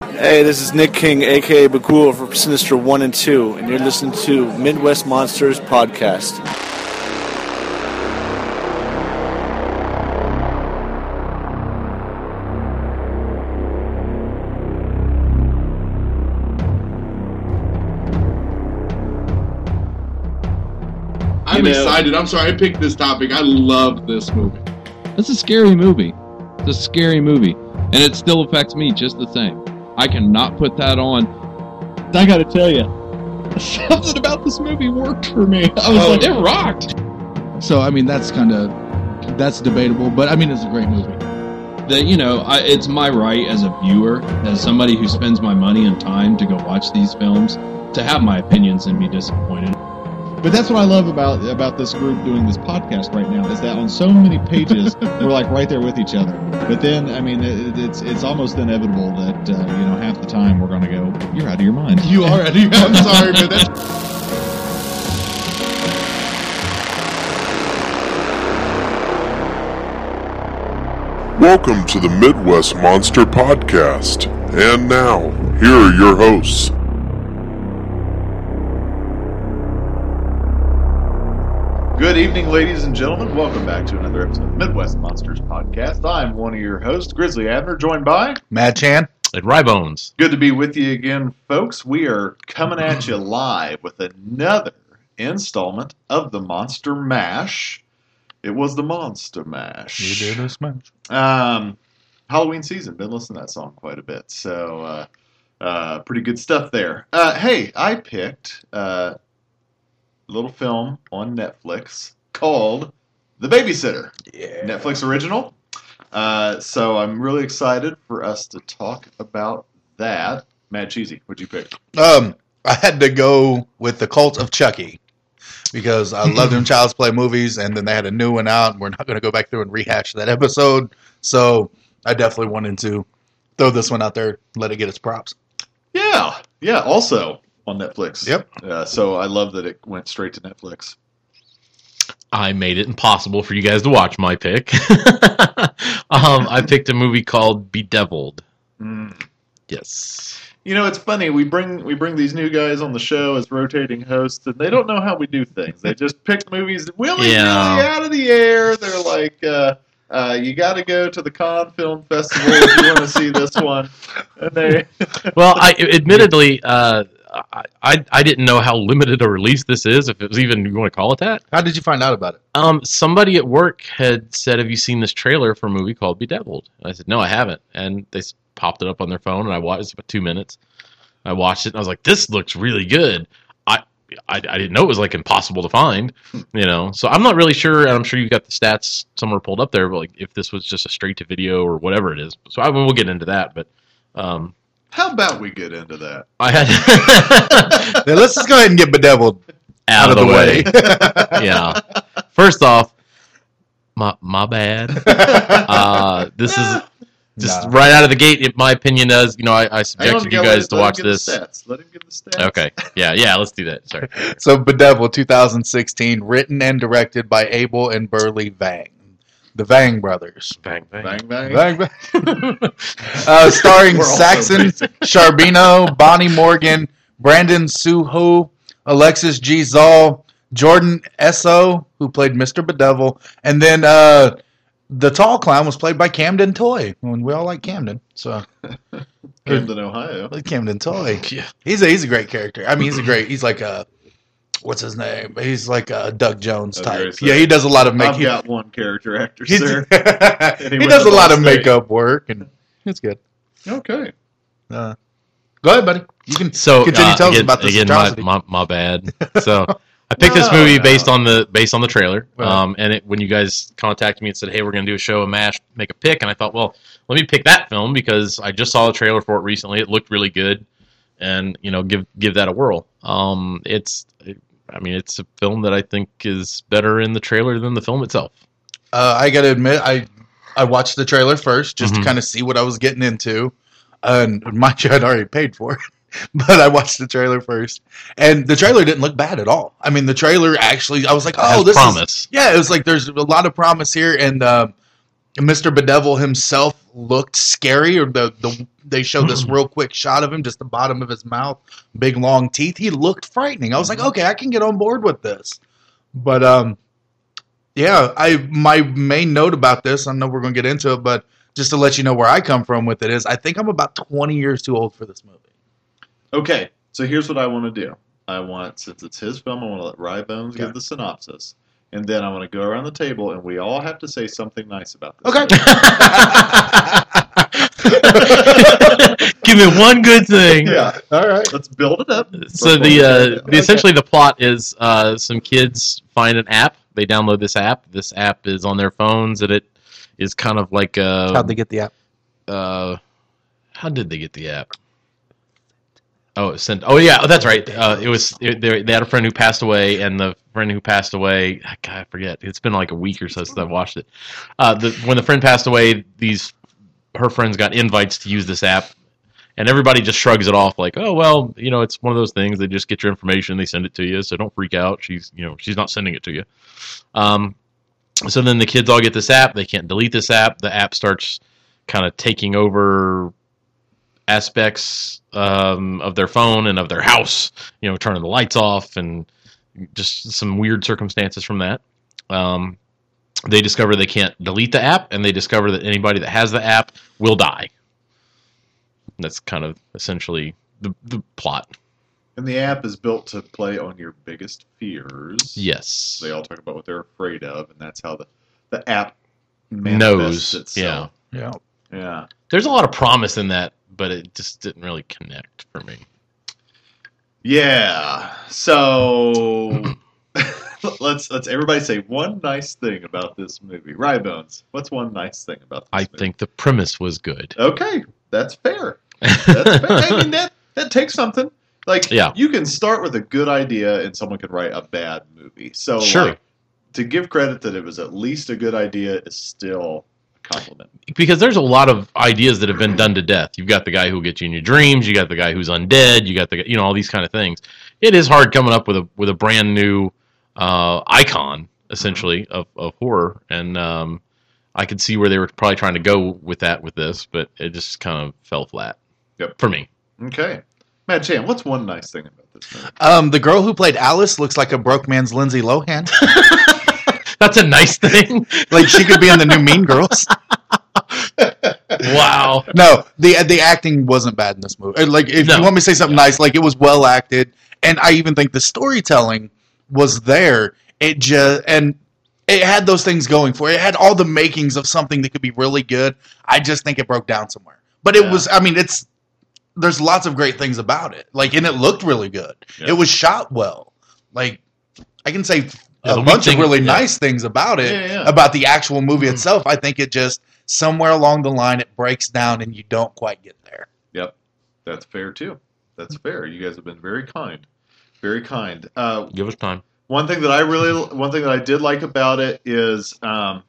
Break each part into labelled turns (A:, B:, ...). A: Hey, this is Nick King, aka Bagul from Sinister 1 and 2, and you're listening to Midwest Monsters Podcast.
B: I'm
C: You know-
B: excited. I'm sorry I picked this topic. I love this movie.
C: That's a scary movie. It's a scary movie. And it still affects me just the same. I cannot put that on. I gotta tell you, something about this movie worked for me. I was
B: Oh,
C: like,
B: yeah.
C: it rocked.
D: So I mean, that's kind of that's debatable, but I mean, it's a great movie.
C: That, you know, I, it's my right as a viewer, as somebody who spends my money and time to go watch these films, to have my opinions and be disappointed.
D: But that's what I love about about this group doing this podcast right now is that on so many pages we're like right there with each other. But then I mean, it, it's it's almost inevitable that uh, you know half the time we're gonna go, you're out of your mind.
B: You are. I'm sorry, man. That's
E: Welcome to the Midwest Monster Podcast. And now, here are your hosts.
F: Good evening, ladies and gentlemen. Welcome back to another episode of Midwest Monsters Podcast. I'm one of your hosts, Grizzly Abner, joined by.
G: Mad Chan.
H: at Rybones.
F: Good to be with you again, folks. We are coming at you live with another installment of the Monster Mash. It was the Monster Mash.
G: You do this much.
F: Um, Halloween season. Been listening to that song quite a bit. So, uh, uh, pretty good stuff there. Uh, hey, I picked uh, a little film on Netflix called The Babysitter. Yeah. Netflix original. Uh, so I'm really excited for us to talk about that. Matt Cheesy, what'd you pick?
G: Um, I had to go with the Cult of Chucky because I love them Child's Play movies, and then they had a new one out. And we're not going to go back through and rehash that episode, so I definitely wanted to throw this one out there, let it get its props.
F: Yeah, yeah. Also on Netflix.
G: Yep.
F: Uh, so I love that it went straight to Netflix.
H: I made it impossible for you guys to watch my pick. um, I picked a movie called Bedeviled.
F: Mm.
H: Yes.
F: You know, it's funny. We bring we bring these new guys on the show as rotating hosts, and they don't know how we do things. They just pick movies willy nilly
H: Yeah.
F: out of the air. They're like, uh, uh, "You got to go to the Cannes Film Festival if you want to see this one." And they,
H: Well, I admittedly, uh, I, I I didn't know how limited a release this is, if it was even you want to call it that.
G: How did you find out about it?
H: Um, somebody at work had said, "Have you seen this trailer for a movie called Bedeviled?" And I said, "No, I haven't." And they s- popped it up on their phone, and I watched it was about two minutes. I watched it, and I was like, "This looks really good." I, I, I didn't know it was like impossible to find,
F: Hmm.
H: you know. So I'm not really sure, and I'm sure you got the stats somewhere pulled up there, but like if this was just a straight to video or whatever it is. So I we'll get into that, but um,
F: how about we get into that?
H: I had
G: Now, let's just go ahead and get bedeviled
H: out, of the, way. yeah. First off, my my bad. uh, this is just
G: Nah.
H: right out of the gate. In my opinion, as you know, I, I
F: Hang on,
H: subjected you
F: gotta
H: guys to
F: let him
H: watch
F: give the
H: this.
F: stats. Let him give the stats.
H: Okay, yeah, yeah, let's do that. Sorry.
G: So, Bedeviled 2016, written and directed by Abel and Burley Vang, the Vang brothers.
H: Bang bang.
F: Bang bang.
G: Vang, Vang. uh, starring
F: We're all so
G: Saxon Charbino, Bonnie Morgan, Brandon Suho, Alexis G. Zoll, Jordan Esso, who played Mr. Bedevil, and then uh, the tall clown was played by Camden Toy. And we all like Camden, so
F: Camden, Ohio.
G: like Camden Toy. He's a he's a great character. I mean, he's a great. He's like a what's his name? He's like a Doug Jones
F: Okay,
G: type.
F: so
G: yeah, he does a lot of
F: I've
G: makeup.
F: got one character actor,
G: He,
F: sir.
G: he
F: went
G: does
F: to
G: a lot
F: Ball State.
G: of makeup work, and it's good.
F: Okay.
G: Uh, go ahead, buddy. You can
H: So
G: Continue,
H: uh,
G: tell us
H: again,
G: about this
H: again, my,
G: atrocity.
H: my, my bad. So I picked this
F: No,
H: movie
F: no.
H: based on the based on the trailer.
G: Right.
H: Um, and it, when you guys contacted me and said, "Hey, we're going to do a show, a mash, make a pick," and I thought, well, let me pick that film because I just saw the trailer for it recently. It looked really good, and you know, give give that a whirl. Um, it's, I mean, it's a film that I think is better in the trailer than the film itself.
G: Uh, I gotta admit, I I watched the trailer first just
H: Mhm.
G: to kind of see what I was getting into, and mind you, I'd already paid for it, but I watched the trailer first, and the trailer didn't look bad at all. I mean, the trailer actually, I was like,
H: It has
G: oh, this is
H: promise.
G: yeah, it was like there's a lot of promise here, and um, Mr. Bedevil himself looked scary, or the, the they show this real quick shot of him, just the bottom of his mouth, big long teeth. He looked frightening. I was like, okay, I can get on board with this. But um, yeah, I my main note about this, I know we're gonna get into it, but just to let you know where I come from with it is, I think I'm about 20 years too old for this movie.
F: Okay, so here's what I want to do. I want, since it's his film, I want to let Rye Bones give the synopsis, and then I want to go around the table and we all have to say something nice about this.
G: Okay.
F: movie.
H: Give me one good thing.
F: yeah.
D: All right.
F: Let's build it up.
H: So the, uh, the essentially the plot is uh, some kids find an app. They download this app. This app is on their phones, and it is kind of like a,
G: How'd they get the app?
H: uh, how did they get the app? Oh, it sent. Oh, yeah, that's right. Uh, it was it, they, they had a friend who passed away, and the friend who passed away, ah, God, I forget. It's been like a week or so since I watched it. Uh, the, when the friend passed away, these her friends got invites to use this app, and everybody just shrugs it off, like, oh well, you know, it's one of those things. They just get your information, they send it to you, so don't freak out. She's you know she's not sending it to you. Um, so then the kids all get this app. They can't delete this app. The app starts kind of taking over aspects um, of their phone and of their house. You know, turning the lights off and just some weird circumstances from that. Um, they discover they can't delete the app, and they discover that anybody that has the app will die. And that's kind of essentially the, the plot.
F: and the app is built to play on your biggest fears.
H: Yes.
F: They all talk about what they're afraid of, and that's how the the app manifests
H: Knows,
F: itself.
G: Yeah.
F: Yeah. Yeah.
H: There's a lot of promise in that, but it just didn't really connect for me.
F: Yeah. So let's let's everybody say one nice thing about this movie. Rye Bones, what's one nice thing about this
H: I
F: movie?
H: think the premise was good.
F: Okay, that's fair. That's fair. I mean that that takes something. Like
H: Yeah.
F: you can start with a good idea and someone can write a bad movie. So
H: Sure.
F: like, to give credit that it was at least a good idea is still a compliment.
H: because there's a lot of ideas that have been done to death. You've got the guy who will get you in your dreams. You got the guy who's undead. You got the guy- you know all these kind of things. It is hard coming up with a with a brand new uh, icon essentially
G: Mm-hmm.
H: of, of horror, and um, I could see where they were probably trying to go with that with this, but it just kind of fell flat.
F: Yep.
H: for me.
F: Okay. Matt Chan, what's one nice thing about this movie?
G: Um, the girl who played Alice looks like a broke man's Lindsay Lohan.
H: That's a nice thing.
G: like she could be in the new Mean Girls.
H: wow.
G: No, the the acting wasn't bad in this movie. Uh, Like if
H: No.
G: you want me to say something nice, like it was well acted, and I even think the storytelling was there. It just and it had those things going for it. It had all the makings of something that could be really good. I just think it broke down somewhere. But it
F: Yeah.
G: was. I mean, it's there's lots of great things about it. Like and it looked really good.
F: Yeah.
G: It was shot well. Like I can say
H: Yeah, the
G: a
H: one
G: bunch
H: thing-
G: of really
H: yeah.
G: nice things about it
F: Yeah, yeah.
G: about the actual movie itself. I think it just somewhere along the line it breaks down and you don't quite get there.
F: Yep, that's fair too. That's fair. You guys have been very kind, very kind. Uh,
H: Give us time.
F: one thing that I really, one thing that I did like about it is, um,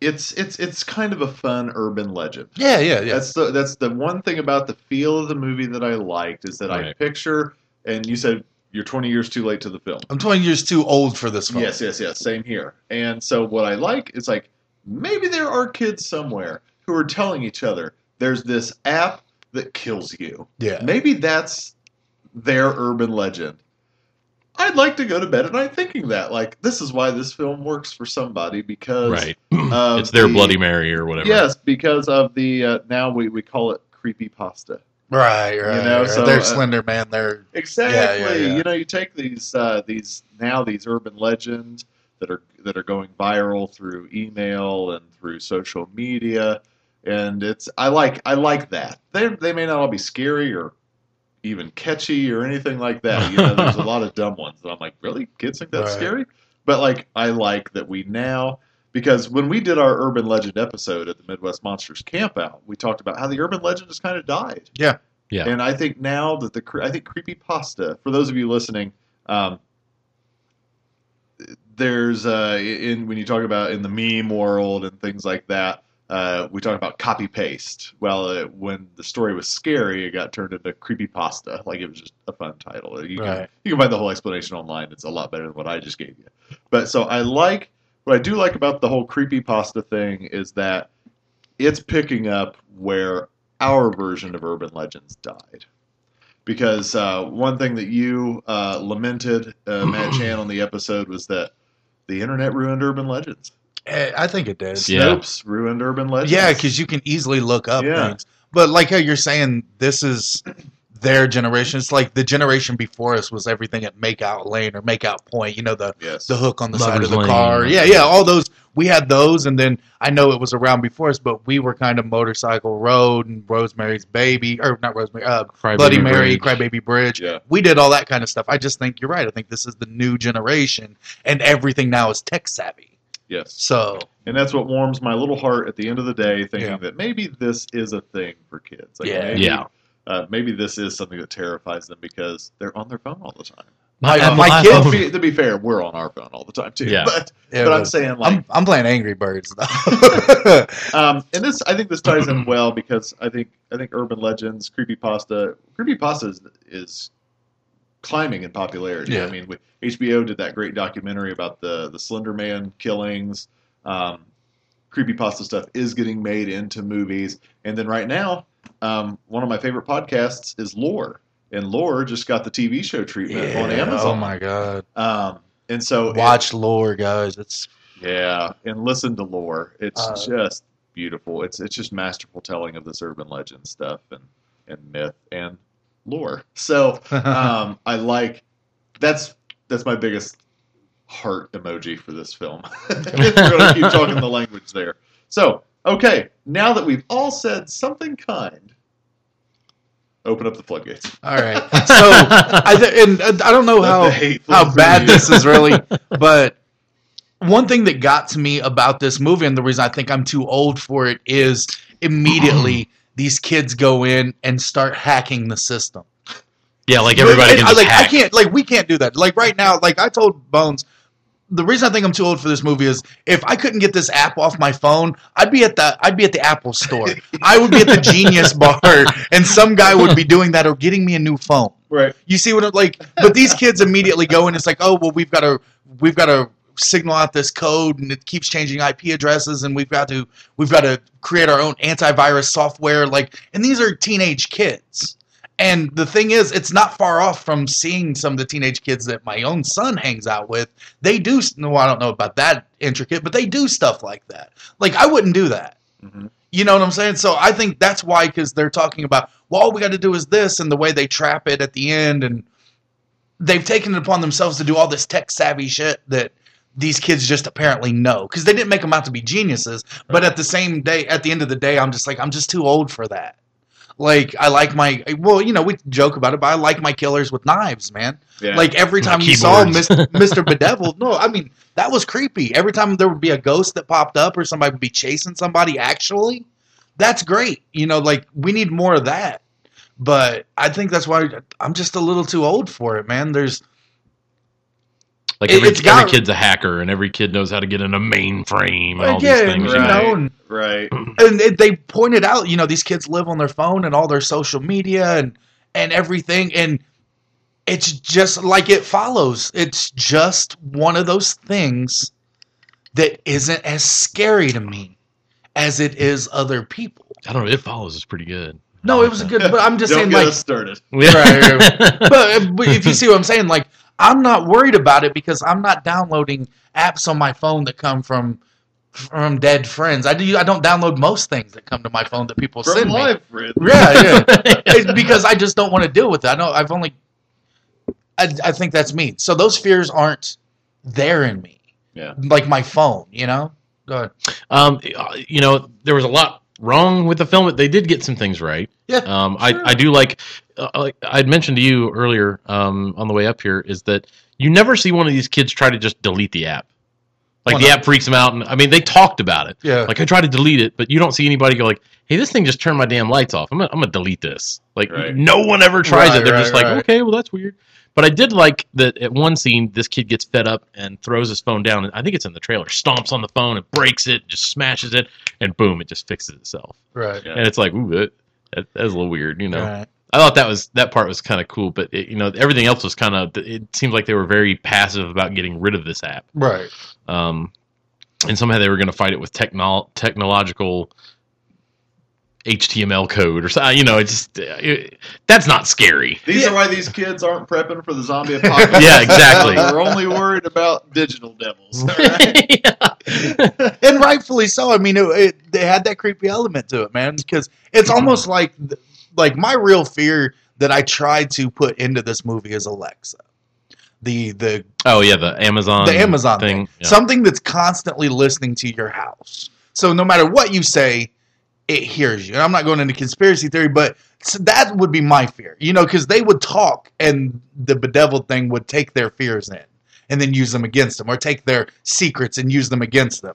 F: it's it's it's kind of a fun urban legend.
G: Yeah, yeah,
F: That's the that's the one thing about the feel of the movie that I liked is that I
H: Right.
F: picture. And you said you're 20 years too late to the film.
G: I'm 20 years too old for this film.
F: Yes, yes, yes. Same here. And so what I like is like maybe there are kids somewhere who are telling each other there's this app that kills you.
G: Yeah.
F: Maybe that's their urban legend. I'd like to go to bed at night thinking that. Like, this is why this film works for somebody because
H: Right.
G: uh,
F: of
H: It's their
F: the-
H: Bloody Mary or whatever.
F: Yes, because of the uh, now we, we call it creepy pasta.
G: Right, right.
F: know,
G: right.
F: so,
G: they're
F: uh,
G: Slender Man. They're
F: Exactly.
G: yeah.
F: You know, you take these uh, these now these urban legends that are that are going viral through email and through social media, and it's I like I like that. They they may not all be scary or even catchy or anything like that. You know, there's a lot of dumb ones, and I'm like, really, kids think that's
G: Right.
F: scary? But like, I like that we now. Because when we did our urban legend episode at the Midwest Monsters Campout, we talked about how the urban legend has kind of died.
H: Yeah.
F: And I think now that the cre- I think creepy pasta for those of you listening, um, there's uh, in when you talk about in the meme world and things like that, uh, we talk about copy paste. Well, uh, when the story was scary, it got turned into creepy pasta. Like it was just a fun title. You can,
G: Right.
F: you can find the whole explanation online. It's a lot better than what I just gave you. But so I like what I do like about the whole creepypasta thing is that it's picking up where our version of urban legends died. Because uh, one thing that you uh, lamented, uh, Matt Chan, on the episode was that the internet ruined urban legends.
G: Eh, I think it does.
H: Yeah.
F: Snopes ruined urban legends.
G: Yeah, because you can easily look up
F: Yeah.
G: things. But like how you're saying, this is their generation. It's like the generation before us was everything at make out lane or make out point. You know the
F: yes.
G: the hook on the side
H: Lover's
G: of the
H: lane.
G: car. Yeah, yeah, all those. We had those, and then I know it was around before us, but we were kind of motorcycle road and Rosemary's Baby, or not Rosemary, uh,
H: Cry
G: Bloody
H: Baby
G: Mary,
H: Bridge.
G: Crybaby Bridge.
F: Yeah.
G: We did all that kind of stuff. I just think you're right. I think this is the new generation, and everything now is tech savvy.
F: yes.
G: So
F: And that's what warms my little heart at the end of the day, thinking
G: Yeah.
F: that maybe this is a thing for kids.
G: Yeah.
F: Maybe,
H: Yeah.
F: Uh, maybe this is something that terrifies them because they're on their phone all the time. Uh,
G: My-
H: Apple
G: my
H: iPhone.
G: kid-
F: Well, to, be, to be fair, we're on our phone all the time too.
H: Yeah.
F: But
G: it
F: but I'm
G: was-
F: saying like,
G: I'm, I'm playing Angry Birds though.
F: um, and this I think this ties in well because I think I think urban legends, creepypasta, creepypasta is, is climbing in popularity.
G: Yeah.
F: I mean, we, HBO did that great documentary about the the Slender Man killings. Um, creepypasta stuff is getting made into movies, and then right now, um, one of my favorite podcasts is Lore, and Lore just got the TV show treatment on
G: Yeah, Oh
F: Amazon.
G: my god!
F: Um, and so it-
G: Watch lore, guys. It's
F: Yeah, and listen to lore. It's
G: Uh,
F: just beautiful. It's it's just masterful telling of this urban legend stuff and and myth and lore. So um, I like that's that's my biggest heart emoji for this film. We're gonna keep talking the language there. So okay, now that we've all said something kind, open up the floodgates.
G: all right. So I th- and uh, I don't know
F: Let
G: how
F: the hate flow
G: how
F: through
G: bad
F: you.
G: this is really, but one thing that got to me about this movie and the reason I think I'm too old for it is immediately these kids go in and start hacking the system.
H: yeah, like everybody
G: And
H: can
G: I,
H: just
G: like,
H: hack.
G: I can't like we can't do that. Like right now, like I told Bones, the reason I think I'm too old for this movie is if I couldn't get this app off my phone, I'd be at the I'd be at the Apple store. I would be at the Genius Bar, and some guy would be doing that or getting me a new phone.
F: Right.
G: You see what I'm like? But these kids immediately go and it's like, oh well, we've got to we've got to signal out this code, and it keeps changing IP addresses, and we've got to we've got to create our own antivirus software. Like, and these are teenage kids. And the thing is, it's not far off from seeing some of the teenage kids that my own son hangs out with. They do. No, I don't know about that intricate, but they do stuff like that. Like I wouldn't do that.
F: Mhm.
G: You know what I'm saying? So I think that's why, because they're talking about, well, all we got to do is this, and the way they trap it at the end, and they've taken it upon themselves to do all this tech savvy shit that these kids just apparently know, because they didn't make them out to be geniuses. But at the same day, at the end of the day, I'm just like, I'm just too old for that. Like I like my well, you know, we joke about it, but I like my killers with knives, man.
F: Yeah.
G: Like every time you saw
H: Keyboards.
G: Mr. Mr. Bedevil, no, I mean that was creepy. Every time there would be a ghost that popped up or somebody would be chasing somebody, actually, that's great. You know, like we need more of that. But I think that's why I'm just a little too old for it, man. There's
H: Like
G: It-
H: every,
G: it's got-
H: every kid's a hacker, and every kid knows how to get in a mainframe and all these
G: Yeah,
H: things.
G: you
H: you know?
G: know, and-
F: right.
G: and they, they pointed out, you know, these kids live on their phone and all their social media and and everything, and it's just like it follows. It's just one of those things that isn't as scary to me as it is other people.
H: I don't know. It follows is pretty good.
G: No, it was a good, but I'm just
F: Don't
G: saying,
F: get
G: like,
F: us started.
G: Right, but, but if you see what I'm saying, like I'm not worried about it because I'm not downloading apps on my phone that come from from dead friends. I do. I don't download most things that come to my phone that people
F: From
G: send me.
F: live, Fred.
G: Yeah, yeah. It's because I just don't want to deal with it. I know I've only. I, I think that's me. So those fears aren't there in me.
F: Yeah.
G: Like my phone, you know. Go ahead.
H: Um, you know, there was a lot wrong with the film. They did get some things right.
G: Yeah,
H: Um, I, I do like, uh, like I'd mentioned to you earlier um, on the way up here is that you never see one of these kids try to just delete the app. Like
G: Why
H: the
G: not?
H: app freaks them out, and I mean they talked about it.
G: Yeah.
H: Like I tried to delete it, but you don't see anybody go like, "Hey, this thing just turned my damn lights off. I'm gonna, I'm gonna delete this." Like
F: Right.
H: no one ever tries
G: Right,
H: it. They're
G: right,
H: just like,
G: right.
H: "Okay, well that's weird." But I did like that at one scene, this kid gets fed up and throws his phone down. And I think it's in the trailer. Stomps on the phone and breaks it, just smashes it, and boom, it just fixes itself.
G: Right.
F: Yeah.
H: And it's like, ooh, that, that, that was a little weird, you know.
G: Right.
H: I thought that was that part was kind of cool, but it, you know, everything else was kind of. It seemed like they were very passive about getting rid of this app.
G: Right.
H: Um, and somehow they were going to fight it with technol technological HTML code or something. You know, it's just uh, it, that's not scary.
F: These are why these kids aren't prepping for the zombie apocalypse.
H: Yeah, exactly.
F: They're only worried about digital devils.
G: and rightfully so. I mean, it, it, they had that creepy element to it, man, because it's
F: Mm-hmm.
G: almost like like my real fear that I tried to put into this movie is Alexa, the the
H: Oh yeah, the Amazon
G: the Amazon thing,
H: Yeah.
G: something that's constantly listening to your house. So no matter what you say, it hears you. And I'm not going into conspiracy theory, but s that would be my fear, you know, because they would talk and the bedeviled thing would take their fears in and then use them against them, or take their secrets and use them against them.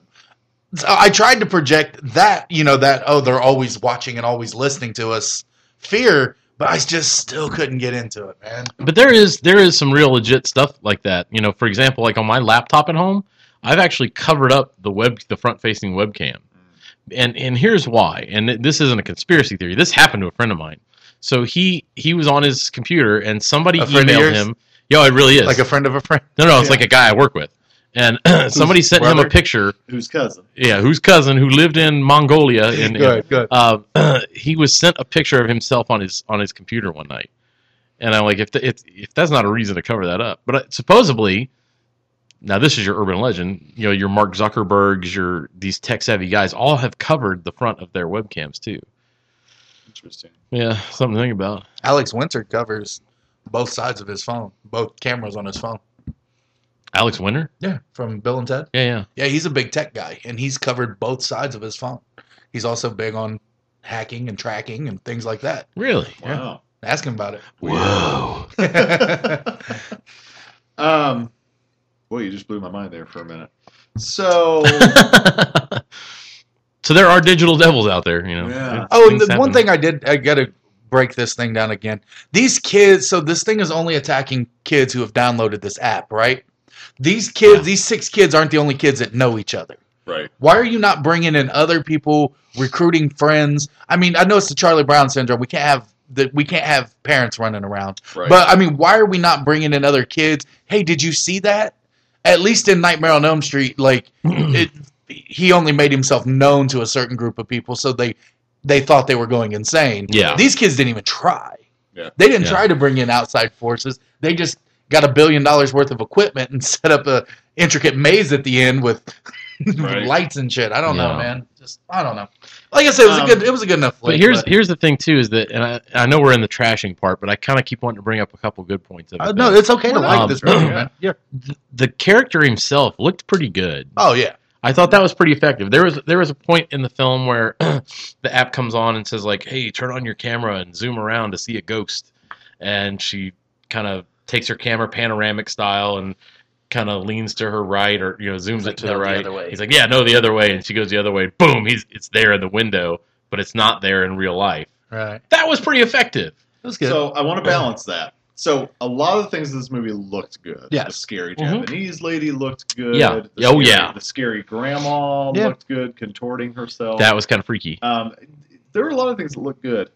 G: So I tried to project that, you know, that oh they're always watching and always listening to us fear, but I just still couldn't get into it, man.
H: but there is there is some real legit stuff like that. You know, for example, like on my laptop at home, I've actually covered up the web the front facing webcam, and and here's why. And th- this isn't a conspiracy theory. This happened to a friend of mine. So he he was on his computer and somebody
G: A friend of
H: emailed
G: yours?
H: him. Yo, it really is.
G: Like a friend of a friend.
H: no, no, it's like a guy I work with, and somebody sent him
F: brother?
H: a picture.
F: Whose cousin?
H: Yeah, whose cousin who lived in Mongolia in, in
G: Good, good.
H: uh, he was sent a picture of himself on his on his computer one night, and I'm like, if th- if, if that's not a reason to cover that up, but uh, supposedly, now this is your urban legend. You know, your Mark Zuckerbergs, your these tech savvy guys, all have covered the front of their webcams too.
F: Interesting.
H: Yeah, something to think about.
G: Alex Winter covers both sides of his phone, both cameras on his phone.
H: Alex Winter.
G: Yeah, from Bill and Ted.
H: Yeah, yeah.
G: Yeah, he's a big tech guy, and he's covered both sides of his phone. He's also big on hacking and tracking and things like that.
H: Really?
F: Wow.
G: Ask him about it.
H: Whoa.
F: um, boy, you just blew my mind there for a minute. So,
H: so there are digital devils out there, you know.
F: Yeah.
G: Oh, and
H: Things
G: the one
H: happen.
G: thing I did, I got to break this thing down again. These kids, so this thing is only attacking kids who have downloaded this app, right? These kids, these six kids aren't the only kids that know each other.
F: right.
G: Why are you not bringing in other people, recruiting friends? I mean, I know it's the Charlie Brown syndrome. We can't have that. We can't have parents running around.
F: Right.
G: But I mean, why are we not bringing in other kids? Hey, did you see that? At least in Nightmare on Elm Street, like it, he only made himself known to a certain group of people, so they they thought they were going insane.
H: Yeah.
G: these kids didn't even try.
F: Yeah.
G: They didn't
H: Yeah.
G: try to bring in outside forces. They just got a billion dollars worth of equipment and set up a intricate maze at the end with
F: Right.
G: lights and shit. I don't know,
H: Yeah.
G: man. Just I don't know. Like I said, it was
F: Um,
G: a good it was a good enough
H: But
G: flick,
H: here's here's the thing too is that and I, I know we're in the trashing part, but I kind of keep wanting to bring up a couple good points. Of it,
G: Uh,
H: though.
G: no, it's okay to
H: We're
G: like
H: not.
G: this movie, man. Yeah.
H: the character himself looked pretty good.
G: Oh yeah.
H: I thought that was pretty effective. There was there was a point in the film where the app comes on and says like, "Hey, turn on your camera and zoom around to see a ghost," and she kind of takes her camera panoramic style and kind of leans to her right or you know zooms
G: like,
H: it to
G: "No,
H: the
G: the
H: right.
G: other way.
H: He's like, "Yeah, no, the other way," and she goes the other way. Boom! He's it's there in the window, but it's not there in real life.
G: Right.
H: That was pretty effective.
G: It was good.
F: So I want to balance that. So a lot of the things in this movie looked good.
G: Yes.
F: The scary
H: Mhm.
F: Japanese lady looked good.
H: Yeah.
F: The
H: Oh,
F: scary-
H: yeah.
F: The scary grandma
G: Yeah.
F: looked good, contorting herself.
H: That was kind of freaky.
F: Um, there were a lot of things that looked good.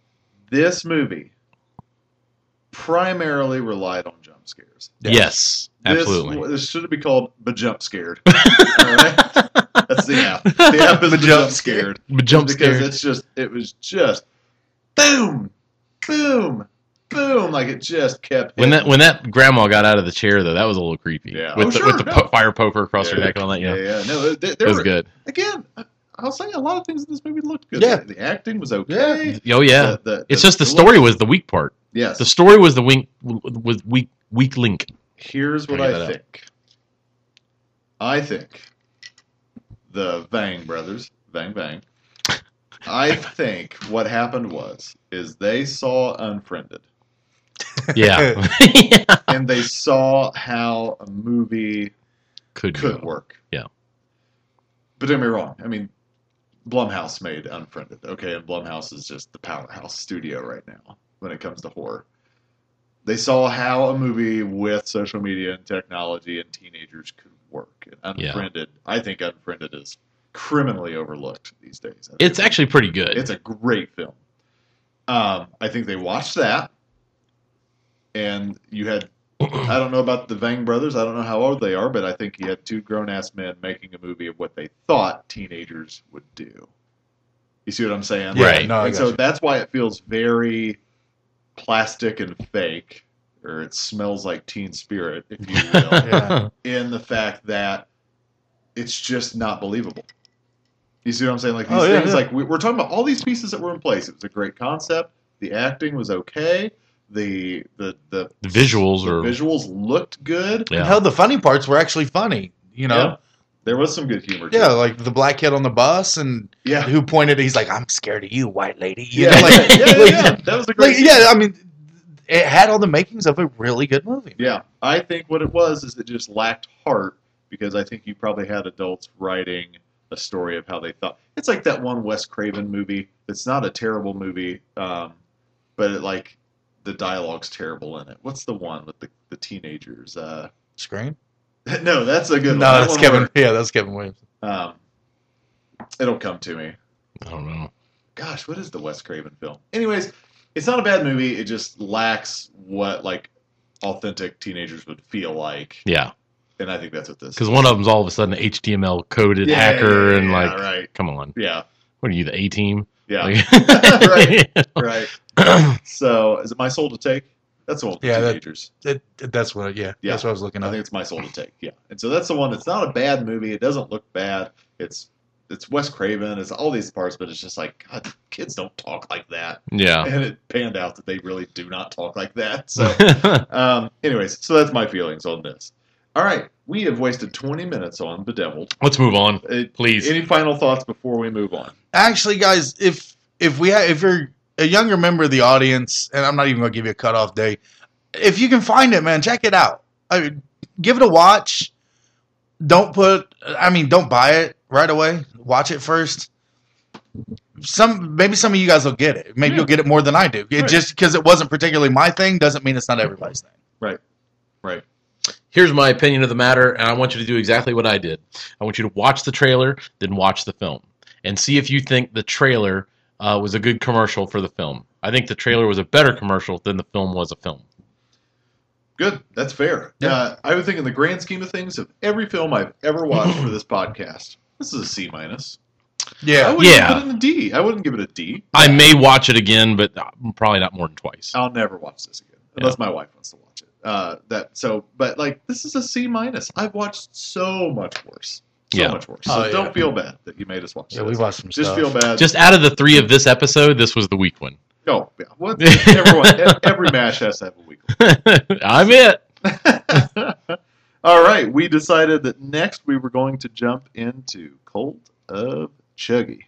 F: This movie primarily relied on jump scares.
H: Yes, absolutely.
F: This, this should be called "Bejump Scared." All right? That's the app. The app is "Bejump Scared"
H: jump
F: because
H: scares.
F: it's just it was just boom, boom, boom, like it just kept
H: When that
F: hitting.
H: when that grandma got out of the chair though, that was a little creepy.
F: Yeah.
H: With
F: Oh,
H: the,
F: sure,
H: with the
F: no.
H: po- fire poker across her
F: Yeah.
H: neck and all that. Yeah.
F: yeah, yeah, no, there,
H: It
F: there
H: was
F: were,
H: good.
F: Again, I- I'll say a lot of things in this movie looked good.
G: Yeah.
F: the, the acting was okay.
H: Oh yeah.
F: The- the-
H: it's just the
F: look-
H: story was the weak part.
F: Yes,
H: The story was the wink was weak weak link.
F: Here's what
H: Bring
F: I
H: that up.
F: think. I think the Vang brothers, Vang Vang. I think what happened was is they saw Unfriended
H: Yeah. yeah.
F: and they saw how a movie
H: Could,
F: could
H: go.
F: work.
H: Yeah.
F: But don't get me wrong. I mean, Blumhouse made Unfriended, okay, and Blumhouse is just the powerhouse studio right now when it comes to horror. They saw how a movie with social media and technology and teenagers could work. And
H: Yeah.
F: Unfriended, I think Unfriended is criminally overlooked these days. I
H: It's
F: think
H: actually pretty good.
F: it's a great film. Um, I think they watched that, and you had I don't know about the Vang brothers. I don't know how old they are, but I think you had two grown ass men making a movie of what they thought teenagers would do. You see what I'm saying?
H: Yeah, Right.
G: no, I
F: and so
G: gotcha.
F: that's why it feels very plastic and fake, or it smells like teen spirit, if you will,
G: Yeah.
F: in the fact that it's just not believable. You see what I'm saying? Like these
G: Oh, yeah,
F: things,
G: yeah.
F: like we, we're talking about all these pieces that were in place. It was a great concept. The acting was okay. The the the
H: The visuals
F: the
H: are-
F: visuals looked good.
H: Yeah.
G: Hell, the funny parts were actually funny. You know,
F: There was some good humor. too.
G: yeah, like the black kid on the bus and
F: yeah,
G: who pointed. He's like, "I'm scared of you, white lady." You
F: yeah,
G: know, like,
F: yeah, yeah,
G: like-
F: yeah. That was a great.
G: like, yeah, I mean, it had all the makings of a really good movie.
F: Yeah, I think what it was is it just lacked heart because I think you probably had adults writing a story of how they thought. It's like that one Wes Craven movie. It's not a terrible movie, um, but it, like the dialogue's terrible in it. What's the one with the, the teenagers? Uh,
G: Scream?
F: no, that's a
G: No,
F: good one. That
G: that's
F: one
G: Kevin. Yeah, that's Kevin Williams.
F: where, um, it'll come to me.
H: I don't know.
F: gosh, what is the Wes Craven film? Anyways, it's not a bad movie. It just lacks what like authentic teenagers would feel like,
H: Yeah,
F: and I think that's what this.
H: because one of them's all of a sudden HTML coded
F: Yeah,
H: hacker
F: yeah,
H: and
F: yeah,
H: like,
F: right,
H: come on,
F: yeah,
H: what are you the A team?
F: yeah,
H: Like-
F: right. So is it my soul to take? That's the one with the
G: Yeah, that-
F: teenagers.
G: It, it- that's what. Yeah,
F: Yeah.
G: that's what I was looking
F: I
G: at.
F: think it's my soul to take. Yeah, and so that's the one. It's not a bad movie. It doesn't look bad. It's it's Wes Craven. It's all these parts, but it's just like God, kids don't talk like that,
H: yeah.
F: and it panned out that they really do not talk like that. So Um, anyways, so that's my feelings on this. All right, we have wasted 20 minutes on Bedeviled.
H: Let's move on,
F: Uh,
H: please.
F: any final thoughts before we move on?
G: Actually, guys, if if we ha- if you're a younger member of the audience, and I'm not even gonna give you a cutoff day, if you can find it, man, check it out. I mean, give it a watch. Don't put. I mean, don't buy it right away. Watch it first. Some maybe some of you guys will get it. Maybe you'll get it more than I do. It
F: Right.
G: just because it wasn't particularly my thing doesn't mean it's not everybody's thing.
F: Right.
H: Here's my opinion of the matter, and I want you to do exactly what I did. I want you to watch the trailer, then watch the film, and see if you think the trailer uh, was a good commercial for the film. I think the trailer was a better commercial than the film was a film.
F: Good. That's fair. Uh, I would think, in the grand scheme of things, of every film I've ever watched for this podcast, this is a C minus. I
G: Yeah,
F: wouldn't
H: Yeah.
F: give it a D. I wouldn't give it a D.
H: I may watch it again, but uh, probably not more than twice.
F: I'll never watch this again unless my wife wants to watch it. Uh, that so, but like this is a C minus. I've watched so much worse. So
H: Yeah.
F: much worse. So
G: Oh, yeah.
F: don't feel bad that you made us watch
G: yeah,
F: this.
G: we watched some
F: Just
G: stuff.
F: feel bad.
H: Just out of the three of this episode, this was the weak one.
F: No, yeah, what? Everyone, ev- every match has to have a week.
H: I'm it.
F: All right, we decided that next we were going to jump into Cult of Chuggy.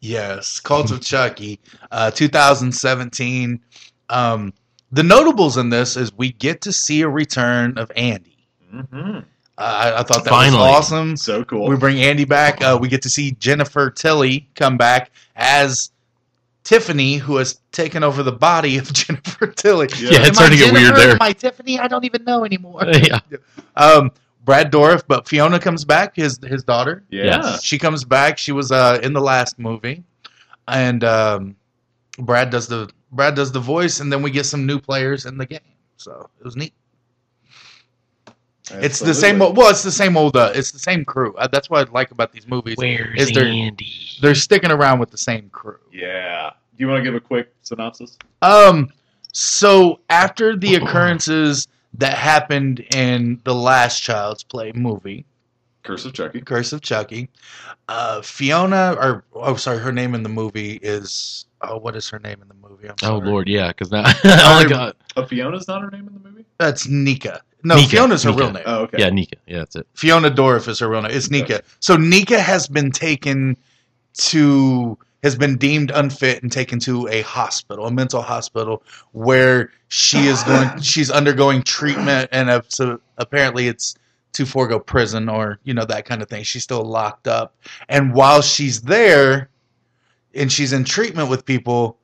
G: Yes, Cult of Chucky, uh, 2017. Um, the notables in this is we get to see a return of Andy.
F: Mm-hmm.
G: Uh, I, I thought that
H: Finally.
G: was awesome.
F: So cool.
G: We bring Andy back. Uh, we get to see Jennifer Tilly come back as Tiffany, who has taken over the body of Jennifer Tilly.
F: Yeah.
H: Yeah, it's starting to get weird
G: Jennifer?
H: there.
G: Am I Tiffany? I don't even know anymore.
H: Yeah.
G: Um, Brad Dorff, but Fiona comes back, his his daughter.
F: yeah.
H: Yes.
G: She comes back. She was uh, in the last movie, and um, Brad does the Brad does the voice, and then we get some new players in the game. So it was neat. It's the same. old-
F: Absolutely.
G: Well, it's the same old. Uh, it's the same crew. Uh, that's what I like about these movies.
H: Where's
G: Is there-
H: Andy?
G: They're sticking around with the same crew.
F: Yeah. Do you want to give a quick synopsis?
G: Um. So after the occurrences that happened in the last Child's Play movie,
F: Curse of Chucky.
G: Curse of Chucky. Uh, Fiona, or oh, sorry, her name in the movie is oh, what is her name in the movie? I'm
H: Oh
G: sorry.
H: Lord, yeah, because now oh my God.
F: Uh, Fiona's not her name in the movie?
G: that's Nika. No,
H: Nika,
G: Fiona's her
H: Nika.
G: real name.
F: Oh, okay.
H: yeah, Nika, yeah, that's it.
G: Fiona Dorff is her real name. It's Nika. So Nika has been taken to has been deemed unfit and taken to a hospital, a mental hospital, where she is going. she's undergoing treatment, and uh, so apparently it's to forego prison or you know that kind of thing. She's still locked up, and while she's there, and she's in treatment with people,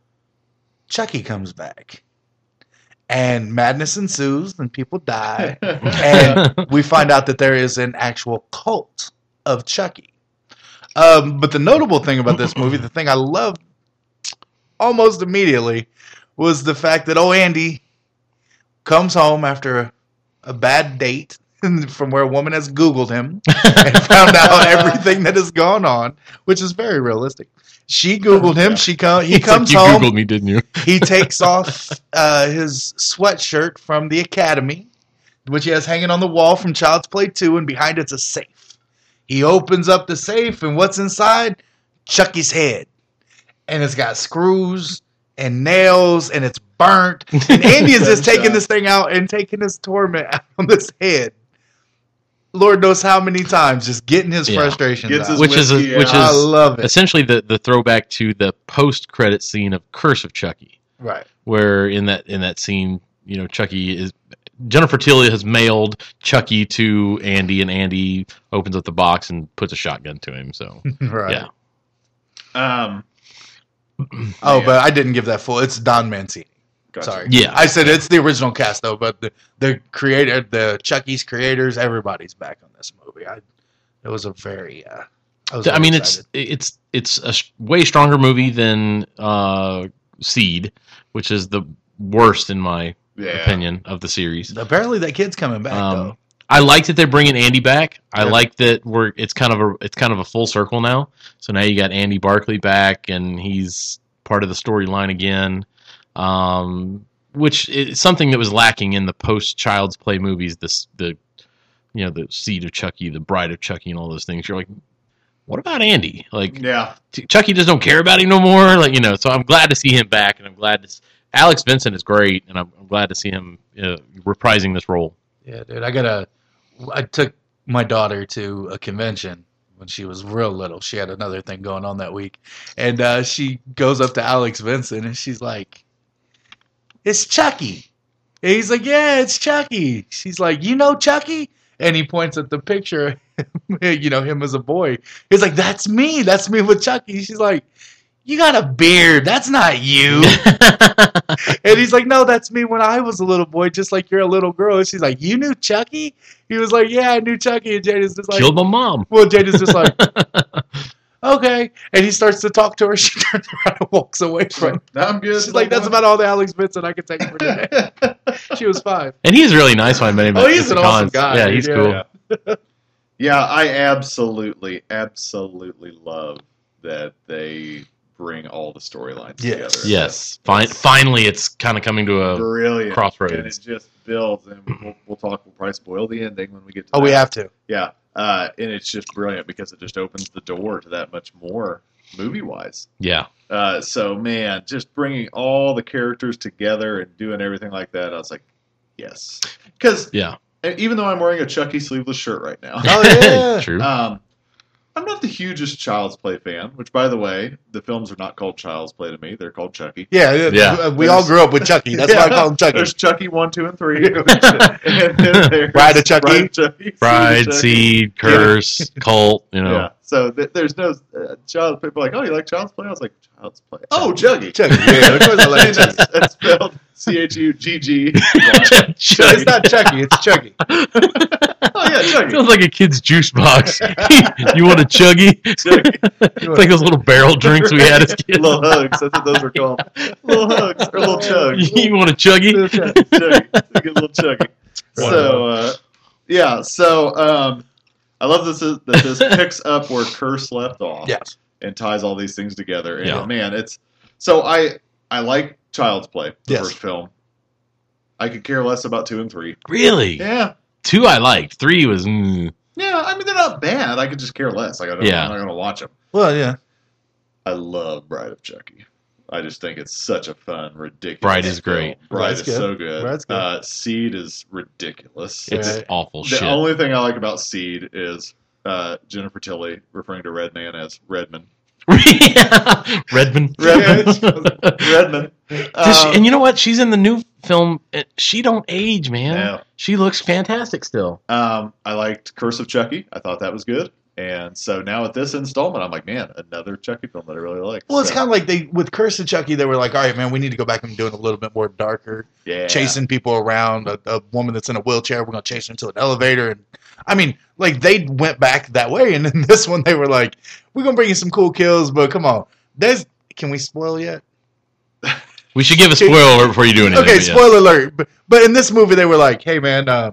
G: Chucky comes back, and madness ensues, and people die and we find out that there is an actual cult of Chucky. Um, but the notable thing about this movie, the thing I loved almost immediately, was the fact that old Andy comes home after a a bad date from where a woman has Googled him and found out everything that has gone on, which is very realistic. She Googled him. She come, he
H: It's like,
G: comes
H: you
G: home.
H: Googled me, didn't you?
G: he takes off uh, his sweatshirt from the academy, which he has hanging on the wall from Child's Play 2, and behind it's a safe. He opens up the safe, and what's inside? Chucky's head. And it's got screws and nails, and it's burnt. And Andy is just taking this thing out and taking his torment out on this head. Lord knows how many times, just getting his
H: Yeah.
G: frustration
F: Gets
G: out.
F: his-
H: Which is a,
F: Whiskey,
H: which
F: yeah.
G: I
H: is
G: love it.
H: essentially the, the throwback to the post credit scene of Curse of Chucky,
G: Right.
H: where in that in that scene, you know, Chucky is Jennifer Tilly has mailed Chucky to Andy, and Andy opens up the box and puts a shotgun to him. So
G: Right.
H: yeah,
F: Um,
G: Oh,
F: Yeah.
G: but I didn't give that full. It's Don Mancini.
F: gotcha.
G: Sorry.
H: yeah,
G: I said it's the original cast though, but the, the creator, the Chucky's creators, everybody's back on this movie. I, it was a very. Uh, I, was
H: I
G: very
H: mean,
G: excited.
H: it's it's it's a s- way stronger movie than uh, Seed, which is the worst in my
F: Yeah.
H: opinion of the series.
G: apparently that kid's coming back
H: Um, I like that they're bringing Andy back. I like that we're it's kind of a it's kind of a full circle now. So now you got Andy Barkley back, and he's part of the storyline again, um, which is something that was lacking in the post Child's Play movies. This the you know the Seed of Chucky, the Bride of Chucky, and all those things. You're like, what about Andy? Like
F: Yeah.
H: T- Chucky just don't care about him no more. Like you know, so I'm glad to see him back, and I'm glad to. s- Alex Vincent is great, and I'm, I'm glad to see him uh, reprising this role.
G: though. Yeah, dude, I got a. I took my daughter to a convention when she was real little. She had another thing going on that week, and uh, she goes up to Alex Vincent and she's like, "It's Chucky." And he's like, "Yeah, it's Chucky." She's like, "You know Chucky?" And he points at the picture of you know him as a boy. He's like, "That's me. That's me with Chucky." She's like, "You got a beard. That's not you." and he's like, "No, that's me when I was a little boy, just like you're a little girl." And she's like, "You knew Chucky?" He was like, "Yeah, I knew Chucky." And Jada's just like,
H: Killed my mom.
G: "Well, Jada's just like, okay." And he starts to talk to her. She turns around and walks away from. Him.
F: No, I'm good.
G: She's like, "That's about all the Alex Benson I can take for today." She was five.
H: And he's really nice when I met him.
G: Oh,
H: at
G: he's an
H: Mr.
G: awesome
H: Collins.
G: guy,
H: Yeah,
G: dude.
H: he's
G: Yeah,
H: cool.
G: yeah.
F: Yeah, I absolutely, absolutely love that they bring all the storylines
G: Yes.
F: together.
H: Yes, fin- finally, it's kind of coming to a.
F: Brilliant.
H: Crossroads.
F: And it just builds, and we'll, we'll talk. We'll probably spoil the ending when we get to.
G: Oh, we
F: that.
G: have to.
F: Yeah, uh, and it's just brilliant because it just opens the door to that much more movie-wise.
H: Yeah,
F: Uh, so man, just bringing all the characters together and doing everything like that, I was like, yes, because
H: yeah,
F: even though I'm wearing a Chucky sleeveless shirt right now,
G: Oh yeah.
H: true.
F: um, I'm not the hugest Child's Play fan. Which, by the way, the films are not called Child's Play to me; they're called Chucky.
G: Yeah, yeah,
H: Yeah.
G: we all grew up with Chucky. That's why I call him Chucky.
F: There's Chucky one, two, and three. and then there's
G: Bride of
F: Bride of
G: Chucky.
F: Chucky, Seed of
H: Bride,
F: Chucky.
H: seed, curse, cult. You know,
F: Yeah. So th- there's no uh, child people are like, oh, you like child's play? I was like, child's play. Oh, Juggy.
G: Chucky. Yeah, of course I like
F: And
G: Chucky.
F: that's, that's spelled C H U G G.
G: It's not Chucky. It's Chucky.
F: Oh yeah, Juggy.
H: Feels like a kid's juice box. you want a chuggy?
F: Juggy.
H: It's like those little barrel drinks we had as kids.
F: little hugs. That's what those were called. Little hugs or little chugs.
H: you want a chuggy?
F: Juggy. Take a little Juggy. So uh, yeah, so um, I love this is, that this picks up where Curse left off.
G: Yes.
F: and ties all these things together. And
H: Yeah.
F: man, it's so I I like Child's Play, the
G: Yes.
F: first film. I could care less about two and three.
H: Really?
F: Yeah,
H: Two I liked. Three was. Mm.
F: yeah. I mean, they're not bad. I could just care less. Like, I don't,
H: Yeah.
F: I'm not gonna watch them.
G: Well, yeah.
F: I love Bride of Chucky. I just think it's such a fun, ridiculous.
H: Bride is
F: film.
H: great.
F: Bride
G: Bride's
F: is
G: good.
F: so good.
G: Bride's good.
F: Uh, Seed is ridiculous.
H: It's
G: Right.
H: awful
F: the
H: shit.
F: only thing I like about Seed is uh, Jennifer Tilly referring to Redman as Redman.
H: Redmond.
F: Redman. Redman.
H: Does she-
F: Um,
H: and you know what? She's in the new film. and She don't age, man.
F: no.
H: She looks fantastic still.
F: Um, I liked Curse of Chucky. I thought that was good. And so now at this installment, I'm like, man, another Chucky film that I really like.
G: Well, it's
F: So,
G: kind of like they with Curse of Chucky, they were like, "All right, man, we need to go back and do it a little bit more darker,
F: yeah.
G: chasing people around a, a woman that's in a wheelchair. We're gonna chase her into an elevator." And I mean, like they went back that way, and then this one they were like, "We're gonna bring you some cool kills, but come on, there's can we spoil yet?"
H: We should give a
G: Okay.
H: spoiler alert before you do anything.
G: Okay,
H: but yeah.
G: spoiler alert. But, but in this movie, they were like, "Hey, man, uh,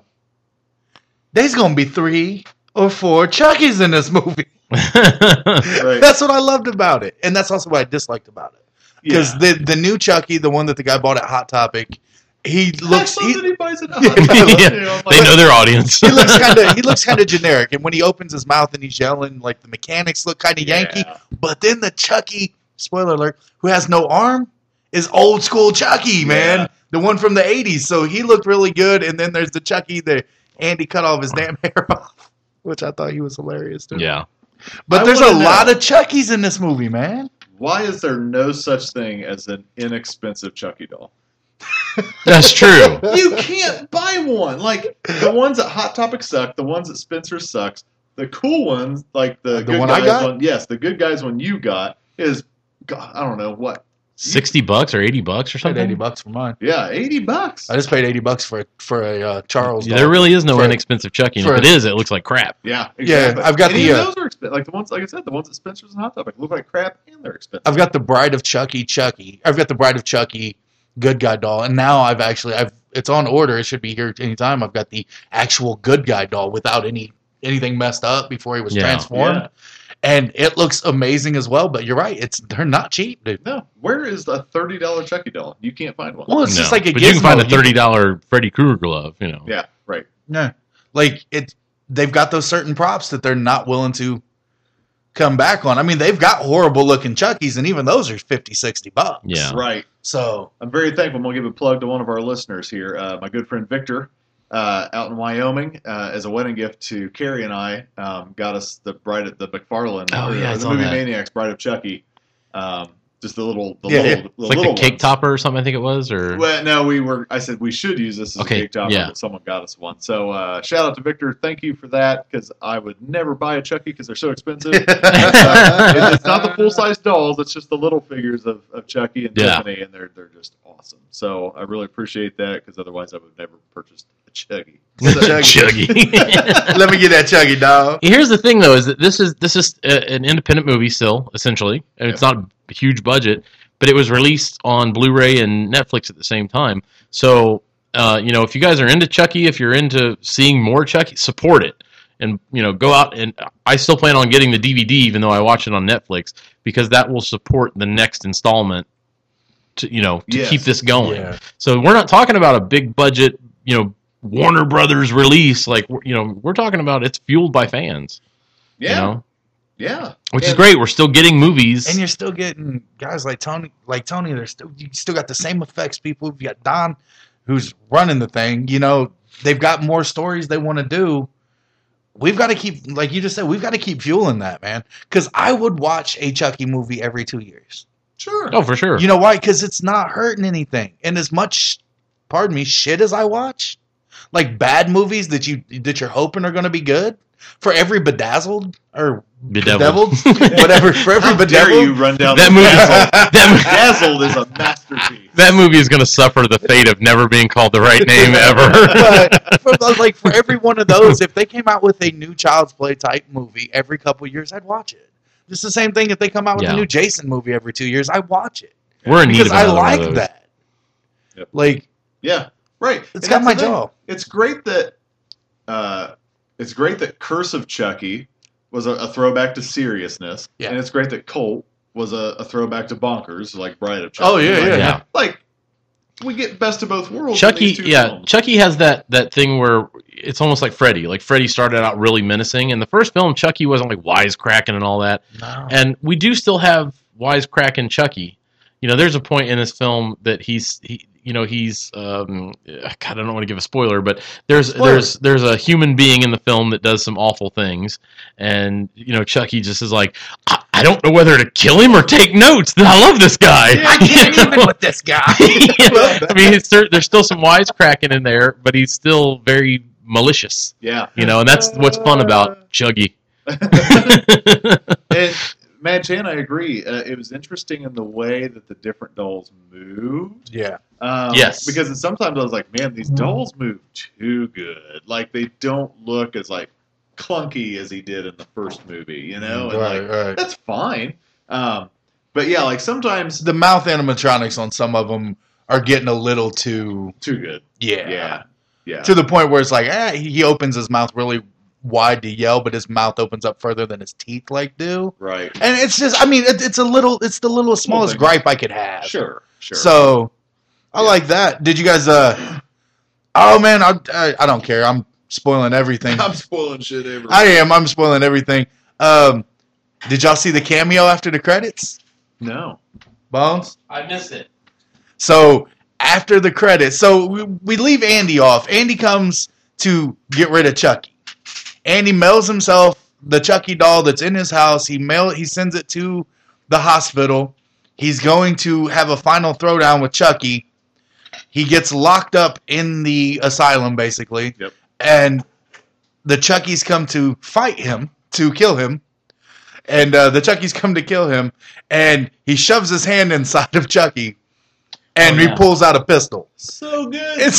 G: there's gonna be three or four Chuckies in this movie.
F: Right.
G: That's what I loved about it, and that's also what I disliked about it. Because the the new Chucky, the one that the guy bought at Hot Topic, he looks
F: I
G: he,
F: saw that he buys it.
H: Yeah, they know their audience.
G: he looks kind of he looks kind of generic. And when he opens his mouth and he's yelling, like the mechanics look kind of Yankee. But then the Chucky, spoiler alert, who has no arm, is old school Chucky, man,
F: Yeah.
G: the one from the '80s. So he looked really good. And then there's the Chucky that Andy cut off his damn hair off, which I thought he was hilarious too.
H: yeah,
G: But
F: I
G: there's a
F: wanna know.
G: lot of Chucky's in this movie, man.
F: Why is there no such thing as an inexpensive Chucky doll?
H: that's true.
F: You can't buy one. Like the ones at Hot Topic suck. The ones at Spencer sucks. The cool ones, like the,
G: The
F: good
G: one I
F: guys
G: got?
F: one, yes, the good guys one you got is, God, I don't know what.
H: Sixty bucks or eighty bucks or
G: Paid eighty
H: something.
G: bucks for mine.
F: Yeah, eighty bucks.
G: I just paid eighty bucks for a, for a uh, Charles.
H: Yeah,
G: doll.
H: there really is no
G: For-
H: inexpensive Chucky. and
G: for-
H: If it is, it looks like crap.
F: Yeah,
G: Yeah,
F: exactly.
G: I've got
F: Any
G: the,
F: of
G: uh,
F: those are expensive. Like the ones, like I said, the ones at Spencer's and Hot Topic look like crap, and they're expensive.
G: I've got the Bride of Chucky Chucky. I've got the Bride of Chucky Good Guy doll, and now I've actually I've it's on order. It should be here anytime. I've got the actual Good Guy doll without any anything messed up before he was
H: Yeah.
G: transformed,
F: Yeah.
G: and it looks amazing as well. But you're right, it's they're not cheap, dude.
F: No, where is a thirty dollar Chucky doll? You can't find one.
G: Well, it's just
H: No.
G: like a
H: but you can
G: gizmo.
H: find a thirty dollar Freddy Krueger glove. You know,
F: Yeah, right.
G: No, like it. They've got those certain props that they're not willing to come back on. I mean, they've got horrible looking Chuckies, and even those are 50, 60 bucks.
H: yeah.
F: Right.
G: So
F: I'm very thankful. I'm going to give a plug to one of our listeners here, uh, my good friend Victor, uh, out in Wyoming, uh, as a wedding gift to Carrie and I, um, got us the Bride of the McFarlane,
H: Oh,
F: or uh,
H: yeah, I
F: the
H: saw
F: movie
H: that.
F: Maniacs, Bride of Chucky, um, just the little, the
G: Yeah, yeah.
F: little, the
H: It's like
F: little
H: the cake
F: ones.
H: topper or something. I think it was, or
F: Well, no, we were. I said we should use this as
H: Okay,
F: a cake topper,
H: yeah.
F: but someone got us one. So uh, shout out to Victor. Thank you for that because I would never buy a Chucky because they're so expensive. Uh, it- it's not the full size dolls; it's just the little figures of, of Chucky and
H: Yeah.
F: Tiffany, and they're they're just awesome. So I really appreciate that because otherwise I would have never purchased a Chucky.
H: Chuggy.
G: let me get that Chucky dog.
H: Here's the thing, though, is that this is this is uh an independent movie still, essentially, and it's not a huge budget, but it was released on Blu-ray and Netflix at the same time. So, uh, you know, if you guys are into Chucky, if you're into seeing more Chucky, support it, and you know, go out and I still plan on getting the DVD, even though I watch it on Netflix, because that will support the next installment. To you know, to
F: Yes.
H: keep this going.
G: Yeah.
H: So we're not talking about a big budget, you know, Warner Brothers release. Like we're- you know, we're talking about it's fueled by fans.
F: Yeah,
H: You know?
F: yeah,
H: Which is
F: And-
H: great. We're still getting movies.
G: And you're still getting guys like Tony, like Tony. There's still you still got the same effects people. You got Don, who's running the thing. You know they've got more stories they want to do. We've got to keep, like you just said, we've got to keep fueling that, man. Because I would watch a Chucky movie every two years.
F: sure.
H: oh, for sure.
G: You know why? Because it's not hurting anything. And as much, pardon me, shit as I watch, like bad movies that you that you're hoping are going to be good. For every bedazzled or
H: Bedeviled.
G: bedeviled, whatever, for every
F: How dare you
G: bedeviled,
F: run down
H: that
F: the dazzled.
H: movie. that,
F: Dazzled is a masterpiece.
H: that movie is going to suffer the fate of never being called the right name ever.
G: but for, those- like for every one of those, if they came out with a new Child's Play type movie every couple of years, I'd watch it. It's the same thing if they come out with
H: Yeah.
G: a new Jason movie every two years, I watch it
H: we're in need
G: because
H: of
G: I
H: another one of
G: like
H: those.
G: that.
F: Yep.
G: Like
F: Yeah, right.
G: it's
F: And
G: got
F: that's
G: my
F: the thing.
G: jaw.
F: it's great that uh, it's great that Curse of Chucky was a, a throwback to seriousness,
G: Yeah.
F: and it's great that Colt was a, a throwback to bonkers, like Bride of Chucky.
G: Oh, yeah,
F: like,
H: Yeah.
F: Like we get best of both worlds. in
H: Chucky,
F: these two
H: yeah,
F: films.
H: Chucky has that that thing where it's almost like Freddy. Like Freddy started out really menacing, and the first film, Chucky wasn't like wisecracking and all that. And we do still have wisecracking Chucky. You know, there's a point in this film that he's he, you know, he's um, God, I don't want to give a spoiler, but there's
F: Spoiler.
H: there's there's a human being in the film that does some awful things, and you know, Chucky just is like, I, I don't know whether to kill him or take notes. I love this guy.
G: I can't
H: You know?
G: even with this guy.
H: I mean, it's, there, there's still some wisecracking in there, but he's still very malicious,
F: yeah.
H: you know, and that's what's fun about Chuggy.
F: And Mad Chan, I agree. Uh, it was interesting in the way that the different dolls moved.
G: Yeah,
F: Um,
H: Yes.
F: because it's- sometimes I was like, man, these dolls move too good. Like they don't look as like clunky as he did in the first movie, you know. And, like,
G: right, right.
F: that's fine. Um, but yeah, like sometimes
G: The mouth animatronics on some of them are getting a little too.
F: too good.
G: Yeah,
F: Yeah, yeah. Yeah.
G: to the point where it's like eh, he he opens his mouth really wide to yell, but his mouth opens up further than his teeth like do.
F: right.
G: And it's just, I mean, it, it's a little, it's the littlest,
F: Little
G: smallest
F: thing.
G: gripe I could have.
F: Sure. Sure.
G: So, I
F: Yeah.
G: like that. Did you guys? uh Oh man, I I, I don't care. I'm spoiling everything.
F: I'm spoiling shit everywhere.
G: I am. I'm spoiling everything. Um, did y'all see the cameo after the credits?
I: No.
G: Bones.
H: I missed it.
G: So after the credits, so we, we leave Andy off. Andy comes to get rid of Chucky. Andy mails himself the Chucky doll that's in his house. He mail he sends it to the hospital. He's going to have a final throwdown with Chucky. He gets locked up in the asylum, basically.
F: Yep.
G: And the Chuckies come to fight him to kill him. And uh, the Chuckies come to kill him, and he shoves his hand inside of Chucky, and
H: Oh, yeah.
G: he pulls out a pistol.
F: so good.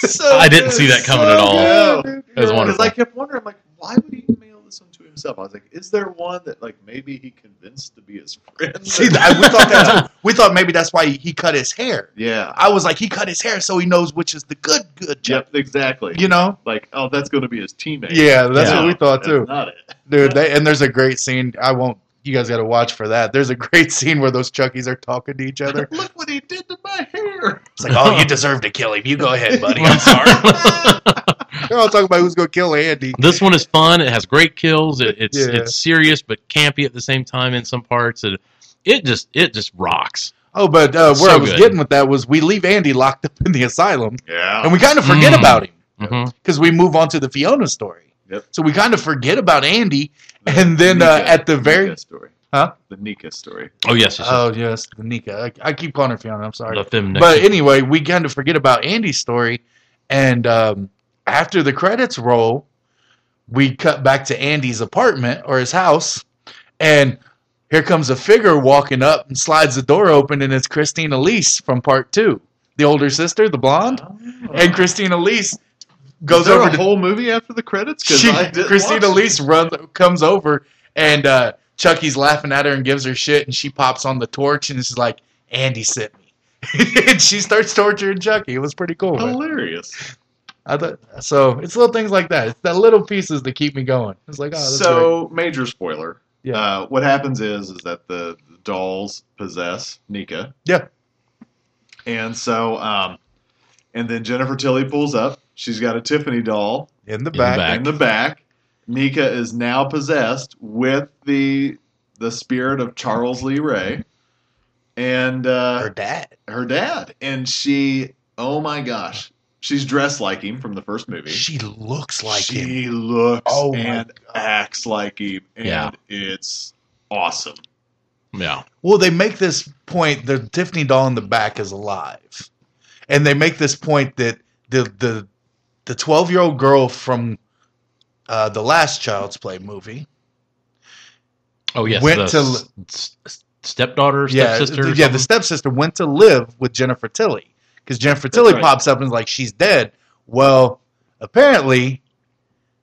G: It's so
H: I didn't see that coming at all.
G: good.
H: It was
F: Because
H: wonderful.
F: I kept wondering, like, why would he mail this one to himself? I was like, is there one that like maybe he convinced to be his friend?
G: See, th- we thought that's, we thought maybe that's why he cut his hair.
F: yeah.
G: I was like, he cut his hair so he knows which is the good, good Chucky.
F: Yep. Exactly.
G: You know?
F: Like, oh, that's going to be his teammate.
G: Yeah, that's
F: No,
G: what we thought
F: that's
G: too,
F: Not it.
G: dude. They, and there's a great scene. I won't. You guys got to watch for that. There's a great scene where those Chuckies are talking to each other.
F: Look what he did to my hair.
G: It's like, oh, you deserve to kill him. You go ahead, buddy.
H: I'm sorry.
G: They're all talking about who's gonna kill Andy.
H: this one is fun. It has great kills. It, it's
G: Yeah.
H: it's serious but campy at the same time in some parts. It it just it just rocks.
G: Oh, but uh, where
H: So
G: I was
H: good.
G: getting with that was we leave Andy locked up in the asylum,
F: Yeah.
G: and we kind of forget
H: Mm.
G: about him
H: Mhm.
G: because we move on to the Fiona story.
F: Yep.
G: So we kind of forget about Andy, and then uh,
F: Nika-
G: at the very
F: Nika story.
G: Huh?
F: The Nika story.
H: Oh yes, yes, yes.
G: oh yes, the Nika. I, I keep calling her Fiona. I'm sorry.
H: the feminine.
G: But anyway, we kind of forget about Andy's story, and um, after the credits roll, we cut back to Andy's apartment or his house, and here comes a figure walking up and slides the door open, and it's Christina Lease from part two, the older sister, the blonde, and Christina Lease
F: Goes
G: goes
F: Oh. there
G: over
F: over a
G: to
F: whole movie after the credits? 'Cause
G: she,
F: I didn't
G: Christina
F: watch it.
G: Lease runs comes over and uh, Chucky's laughing at her and gives her shit and she pops on the torch and is like, Andy sent me. and she starts torturing Chucky. It was pretty cool. man.
F: Hilarious.
G: I thought so it's little things like that. It's the little pieces that keep me going. It's like, oh that's great.
F: so, major spoiler.
G: Yeah.
F: Uh, what happens is is that the dolls possess Nika.
G: Yeah.
F: And so, um, and then Jennifer Tilly pulls up. She's got a Tiffany doll
G: in the
H: In the
G: back.
H: back.
F: in the back. Nika is now possessed with the the spirit of Charles Lee Ray, and uh,
G: Her dad.
F: her dad. And she, oh my gosh, she's dressed like him from the first movie.
G: She looks like
F: she
G: him.
F: looks
G: Oh my
F: and acts like him, and
H: Yeah.
F: it's awesome.
H: yeah,
G: Well, they make this point the Tiffany doll in the back is alive. And they make this point that the the the 12-year-old girl from uh, the last Child's Play movie
H: oh yes,
G: Went
H: the
G: to-
H: s- s- stepdaughter,
G: yeah,
H: stepsister,
G: th-
H: or
G: yeah,
H: something?
G: the stepsister went to live with Jennifer Tilly because Jennifer Tilly
F: right.
G: pops up and is like, she's dead. Well, apparently,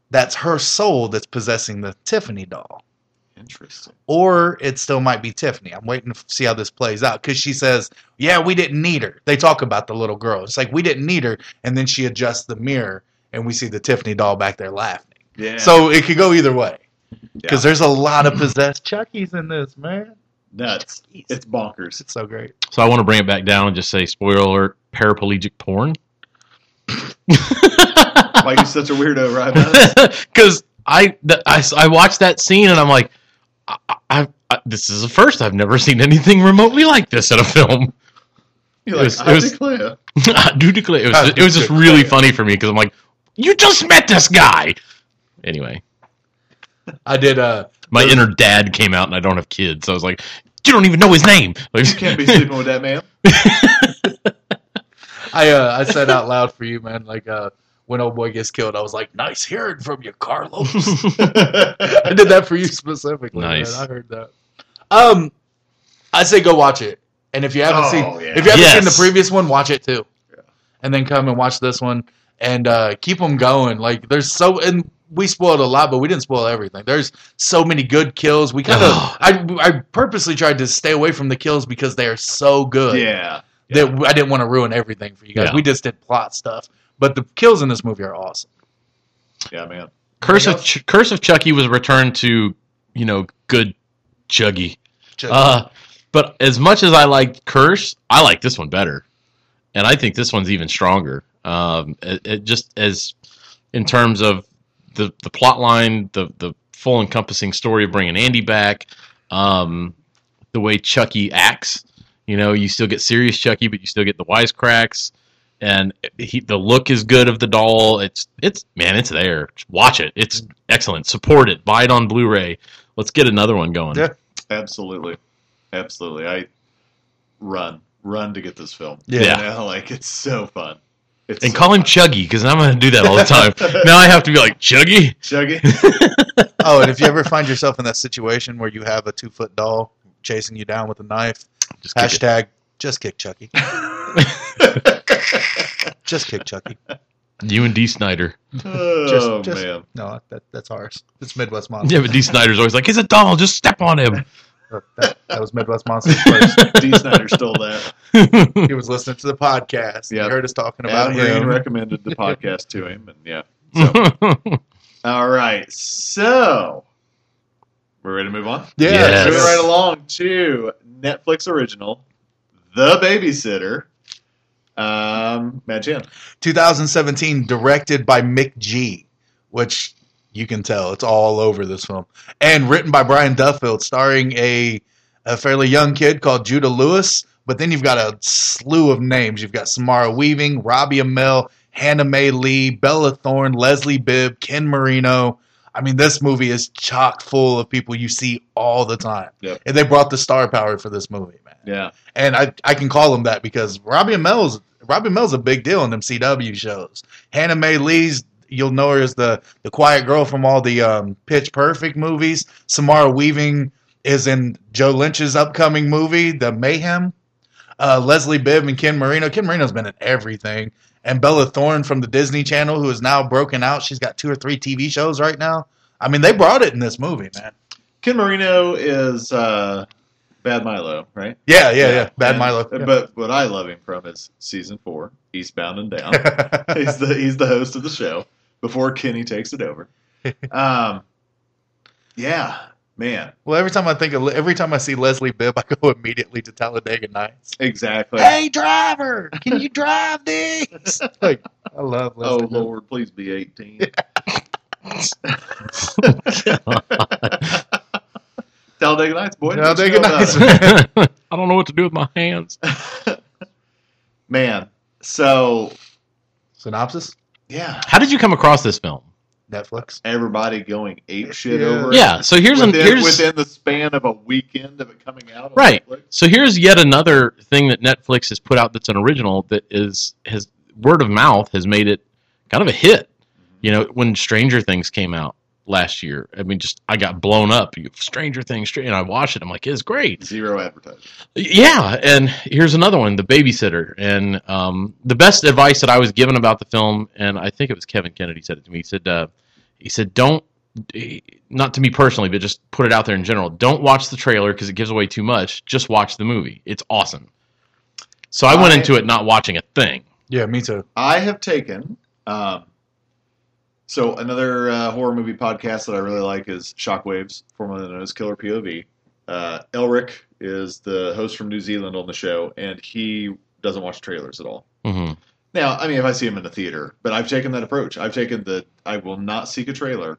G: that's her soul that's possessing the Tiffany doll,
F: Interesting.
G: or it still might be Tiffany. I'm waiting to f- see how this plays out because she says, "Yeah, we didn't need her." They talk about the little girl. It's like we didn't need her, and then she adjusts the mirror, and we see the Tiffany doll back there laughing.
F: Yeah.
G: So it could go either way because
F: Yeah.
G: there's a lot of possessed Chuckies in this man.
F: nuts. It's bonkers.
G: It's so great.
H: So I want to bring it back down and just say spoiler alert: paraplegic porn.
F: Why you such a weirdo, right? Buzz?
H: Because I, th- I s- I watched that scene and I'm like, I, I, I, this is the first I've never seen anything remotely like this in a film.
F: You're
H: It
F: like,
H: was- it
F: I
H: was-
F: declare.
H: I do declare it was,
F: Ah,
G: I
H: just, it was just
G: declare.
H: really funny for me because I'm like, you just met this guy. Anyway,
G: I did. uh
H: my
G: Those-
H: inner dad came out and I don't have kids, so I was like, you don't even know his name. Like,
F: You can't be sleeping with that man.
G: I uh, I said out loud for you, man. Like uh, when old boy gets killed, I was like, "Nice hearing from you, Carlos." I did that for you specifically. man.
H: Nice.
G: I heard that. Um, I say go watch it, and if you haven't
F: Oh,
G: seen,
F: yeah.
G: if you haven't seen the
H: Yes.
G: previous one, watch it too, and then come and watch this one, and uh, keep them going. Like there's so and. We spoiled a lot, but we didn't spoil everything. There's so many good kills. We kind of,
H: Oh.
G: I, I purposely tried to stay away from the kills because they are so good
F: yeah.
G: that I didn't want to ruin everything for you guys.
H: Yeah.
G: We just did plot stuff, But the kills in this movie are awesome.
F: Yeah, man.
H: Curse
F: Anything
H: of Ch- Curse of Chucky was returned to you know good Chuggy.
G: Chucky.
H: Uh, but as much as I liked Curse, I like this one better, and I think this one's even stronger. Um, it, it just as in terms of the the plot line, the the full encompassing story of bringing Andy back, um, the way Chucky acts. You know, you still get serious Chucky, but you still get the wisecracks, and he, the look is good of the doll. It's it's man, it's there. Watch it. It's excellent. Support it. Buy it on Blu-ray. Let's get another one going.
G: Yeah.
F: Absolutely, absolutely. I run, run to get this film.
G: Yeah.
H: Yeah.
F: You know, like it's so fun. It's
H: and
F: so
H: call him
F: fun.
H: Chuggy because I'm going to do that all the time. now I have to be like Chuggy.
F: Chuggy.
G: oh, and if you ever find yourself in that situation where you have a two foot doll chasing you down with a knife,
H: Just kick it.
G: hashtag just kick Chucky. just kick Chucky.
H: you and D. Snyder.
F: oh
G: just-
F: man,
G: No, that, that's ours. It's Midwest Monster.
H: Yeah, but D. Snyder's always like, "He's a doll. Just step on him."
G: That, that was Midwest Monsters first.
F: D. Snyder stole that.
G: he was listening to the podcast.
F: Yeah.
G: He heard us talking
F: Al
G: about
F: Green
G: him.
F: recommended the podcast to him, and yeah. All right, so we're ready to move on.
G: Yeah,
H: Yes.
F: Moving right along to Netflix original, The Babysitter. Um, Matt Chan.
G: 2017, directed by Mick G, which you can tell it's all over this film, and written by Brian Duffield, starring a a fairly young kid called Judah Lewis. But then you've got a slew of names. You've got Samara Weaving, Robbie Amell, Hannah Mae Lee, Bella Thorne, Leslie Bibb, Ken Marino. I mean, this movie is chock full of people you see all the time.
F: Yep.
G: And they brought the star power for this movie, man
F: Yeah,
G: and I, I can call him that because Robbie Amell's Robbie Amell's a big deal in them CW shows. Hannah Mae Lee's you'll know her as the the quiet girl from all the um, Pitch Perfect movies. Samara Weaving is in Joe Lynch's upcoming movie, The Mayhem. Uh, Leslie Bibb and Ken Marino. Ken Marino's been in everything. And Bella Thorne from the Disney Channel, who is now broken out. She's got two or three TV shows right now. I mean, they brought it in this movie, man.
F: Ken Marino is uh, Bad Milo, right?
G: Yeah, yeah, yeah. Bad
F: And-
G: Milo.
F: But what I love him from is season four, Eastbound and Down. he's the he's the host of the show before Kenny takes it over. Um, yeah, man,
G: Well, every time I think of Le- every time I see Leslie Bibb, I go immediately to Talladega Nights.
F: exactly.
G: Hey, driver, can you drive these? Like, I love
F: oh
G: Leslie. Bibb.
F: Lord, please be eighteen. Talladega Nights, boy. what you
G: Talladega
F: know about
G: Nights.
F: it?
H: I don't know what to do with my hands.
F: man. So
G: Synopsis:
F: yeah,
H: How did you come across this film?
G: Netflix.
F: everybody going ape shit
G: Yeah.
F: over. it
H: Yeah. So here's an
F: within,
H: here's
F: within the span of a weekend of it coming out. on
H: Right.
F: Netflix.
H: So here's yet another thing that Netflix has put out that's an original that is has word of mouth has made it kind of a hit. You know, when Stranger Things came out last year, I mean, just I got blown up. You- Stranger Things, Str- and I watched it. I'm like, it's great.
F: Zero advertising.
H: Yeah, and here's another one, The Babysitter. And um, the best advice that I was given about the film, and I think it was Kevin Kennedy said it to me. He said, uh, he said, don't, not to me personally, but just put it out there in general. Don't watch the trailer because it gives away too much. Just watch the movie. It's awesome. So I went
F: I-
H: into it not watching a thing.
G: Yeah, me too.
F: I have taken. Um, so another uh, horror movie podcast that I really like is Shockwaves, formerly known as Killer POV. Uh, Elric is the host from New Zealand on the show, and he doesn't watch trailers at all.
H: hmm
F: Now, I mean, if I see him in the theater, but I've taken that approach. I've taken the I will not seek a trailer,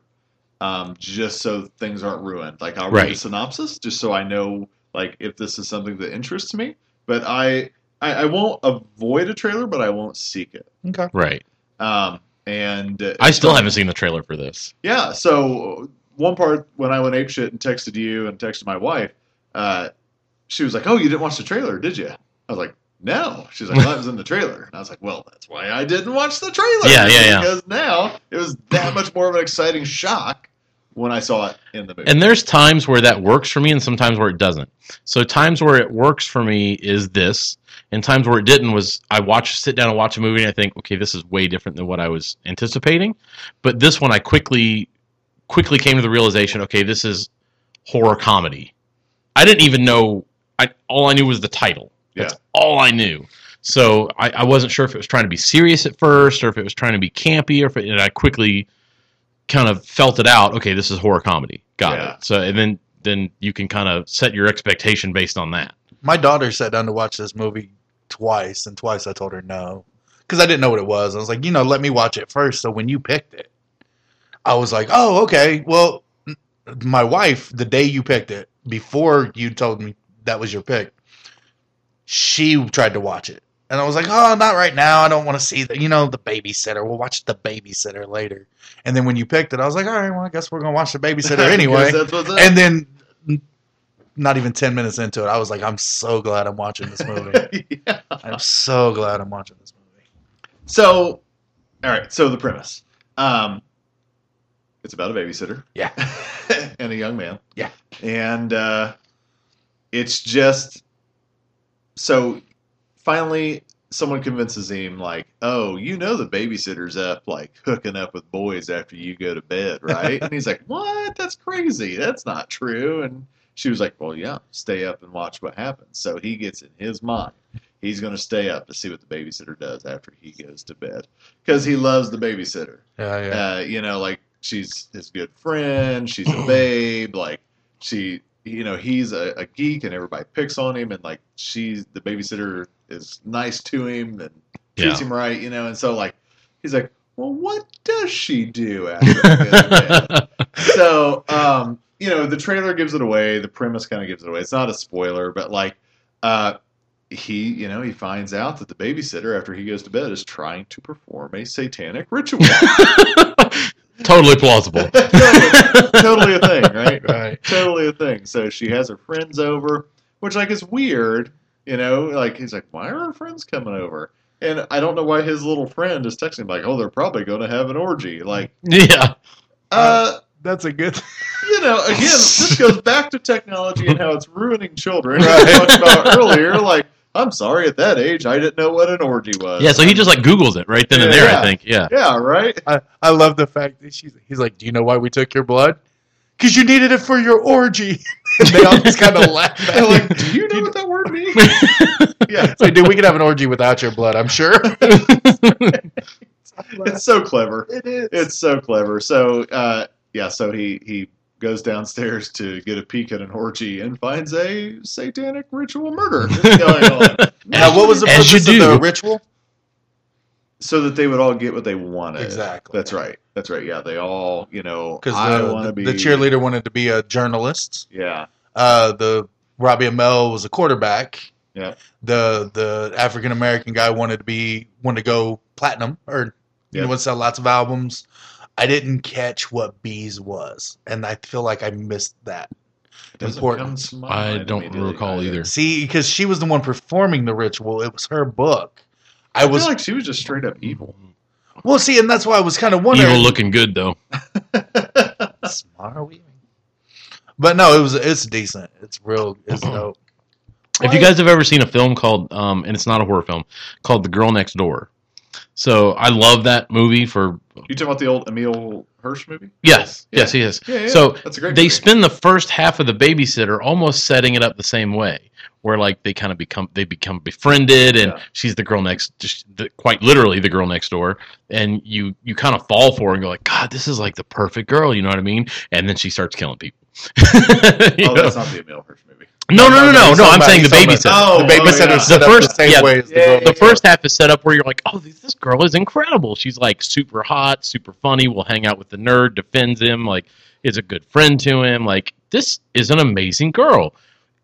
F: um, just so things aren't ruined. Like I'll read a
H: Right.
F: synopsis just so I know like if this is something that interests me. But I I, I won't avoid a trailer, but I won't seek it.
G: Okay.
H: Right.
F: Um, and uh,
H: I still haven't seen the trailer for this.
F: yeah. So one part when I went apeshit and texted you and texted my wife, uh, she was like, "Oh, you didn't watch the trailer, did you?" I was like, "No." She's like, well, "That was in the trailer," and I was like, "Well, that's why I didn't watch the trailer."
H: Yeah, yeah, yeah.
F: Because now it was that much more of an exciting shock when I saw it in the movie.
H: And there's times where that works for me and sometimes where it doesn't. So times where it works for me is this, and times where it didn't was I watch sit down and watch a movie and I think, okay, this is way different than what I was anticipating. But this one I quickly quickly came to the realization, okay, this is horror comedy. I didn't even know I all I knew was the title. That's all I knew. So I, I wasn't sure if it was trying to be serious at first, or if it was trying to be campy, or if it, and I quickly kind of felt it out. Okay, this is horror comedy. Got
F: Yeah.
H: it. So and then then you can kind of set your expectation based on that.
G: My daughter sat down to watch this movie twice, and twice I told her no because I didn't know what it was. I was like, you know, let me watch it first. So when you picked it, I was like, oh, okay. Well, m- my wife, the day you picked it, before you told me that was your pick, she tried to watch it. And I was like, oh, not right now. I don't want to see the, you know, the babysitter. We'll watch the babysitter later. And then when you picked it, I was like, all right, well, I guess we're gonna watch the babysitter anyway.
F: Because that's what's up.
G: and then n- not even 10 minutes into it i was like i'm so glad i'm watching this movie
F: Yeah.
G: i'm so glad i'm watching this movie
F: So, all right. So the premise. Um, it's about a babysitter.
G: Yeah.
F: and a young man.
G: Yeah.
F: And uh, it's just so finally someone convinces him like, "Oh, you know the babysitter's up like hooking up with boys after you go to bed, right?" and he's like, "What? That's crazy. That's not true." And she was like, "Well, yeah, stay up and watch what happens." So he gets in his mind he's going to stay up to see what the babysitter does after he goes to bed because he loves the babysitter.
G: yeah yeah
F: Uh, you know, like she's his good friend, she's a babe, like she, you know, he's a, a geek and everybody picks on him, and like she's the babysitter is nice to him and treats him right, you know, and so like he's like, well, what does she do after I go to bed? so um, you know the trailer gives it away the premise kind of gives it away it's not a spoiler but like uh, he you know he finds out that the babysitter after he goes to bed is trying to perform a satanic ritual
H: totally plausible.
F: totally, totally a thing right
G: right
F: totally a thing so she has her friends over which like is weird you know like he's like why are her friends coming over and i don't know why his little friend is texting him like oh they're probably going to have an orgy like
H: yeah.
F: uh
G: that's a good
F: you know, again, this goes back to technology and how it's ruining children.
G: Right.
F: We talked about earlier. Like, I'm sorry, at that age, I didn't know what an orgy was.
H: Yeah. So he just like Googles it right then and there.
F: Yeah.
H: I think. Yeah.
F: yeah, right.
G: I, I love the fact that she's he's like do you know why we took your blood because you needed it for your orgy and they all just kind of laugh
F: And
G: at
F: like,
G: like
F: do you know what that word means? yeah,
G: it's like dude we could have an orgy without your blood i'm sure
F: it's so clever.
G: it is
F: It's so clever. So, uh, yeah, so he he goes downstairs to get a peek at an orgy and finds a satanic ritual murder going on.
G: now what was the
H: As
G: purpose
H: you do.
G: of the ritual
F: so that they would all get what they wanted.
G: Exactly.
F: That's right. That's right. Yeah, they all, you know,
G: because
F: I
G: the,
F: want to
G: the,
F: be
G: the cheerleader wanted to be a journalist
F: Yeah.
G: uh, the Robbie Amell was a quarterback.
F: Yeah.
G: The the African American guy wanted to be wanted to go platinum or you
F: Yeah.
G: know wanted to sell lots of albums. I didn't catch what Bees was, and I feel like I missed that.
F: Doesn't
G: important.
F: come to my
H: I
F: mind
H: don't
F: immediately
H: recall either.
G: See, because she was the one performing the ritual. It was her book. I
F: I
G: was
F: feel like she was just straight up evil.
G: well. See, and that's why I was kind of wondering.
H: Evil looking good though.
G: Samara Weaving. But no, it was it's decent. It's real. It's dope.
H: If you guys have ever seen a film called, um, and it's not a horror film, called The Girl Next Door. So I love that movie for
F: You talking about the old Emil Hirsch movie?
H: yes, yes, he is.
F: Yeah, yeah.
H: So
F: that's a great.
H: they
F: movie.
H: spend the first half of the babysitter almost setting it up the same way where like they kind of become they become befriended and
F: Yeah.
H: she's the girl next just the, quite literally the girl next door and you you kind of fall for her and go like god this is like the perfect girl you know what i mean and then she starts killing people You
F: Oh,
H: know?
F: that's not the Emil Hirsch movie.
H: Oh, no no no no no i'm
G: Somebody-
H: saying the
G: somebody-
H: babysitter
F: Oh,
G: the babysitter
F: yeah.
G: set
H: The
G: up
H: first-
G: the same
H: yeah.
G: way as the
F: Yeah,
G: girl
F: yeah,
H: the first half is set up where you're like, oh, this, this girl is incredible. She's like super hot, super funny. Will hang out with the nerd, defends him, like is a good friend to him. Like this is an amazing girl,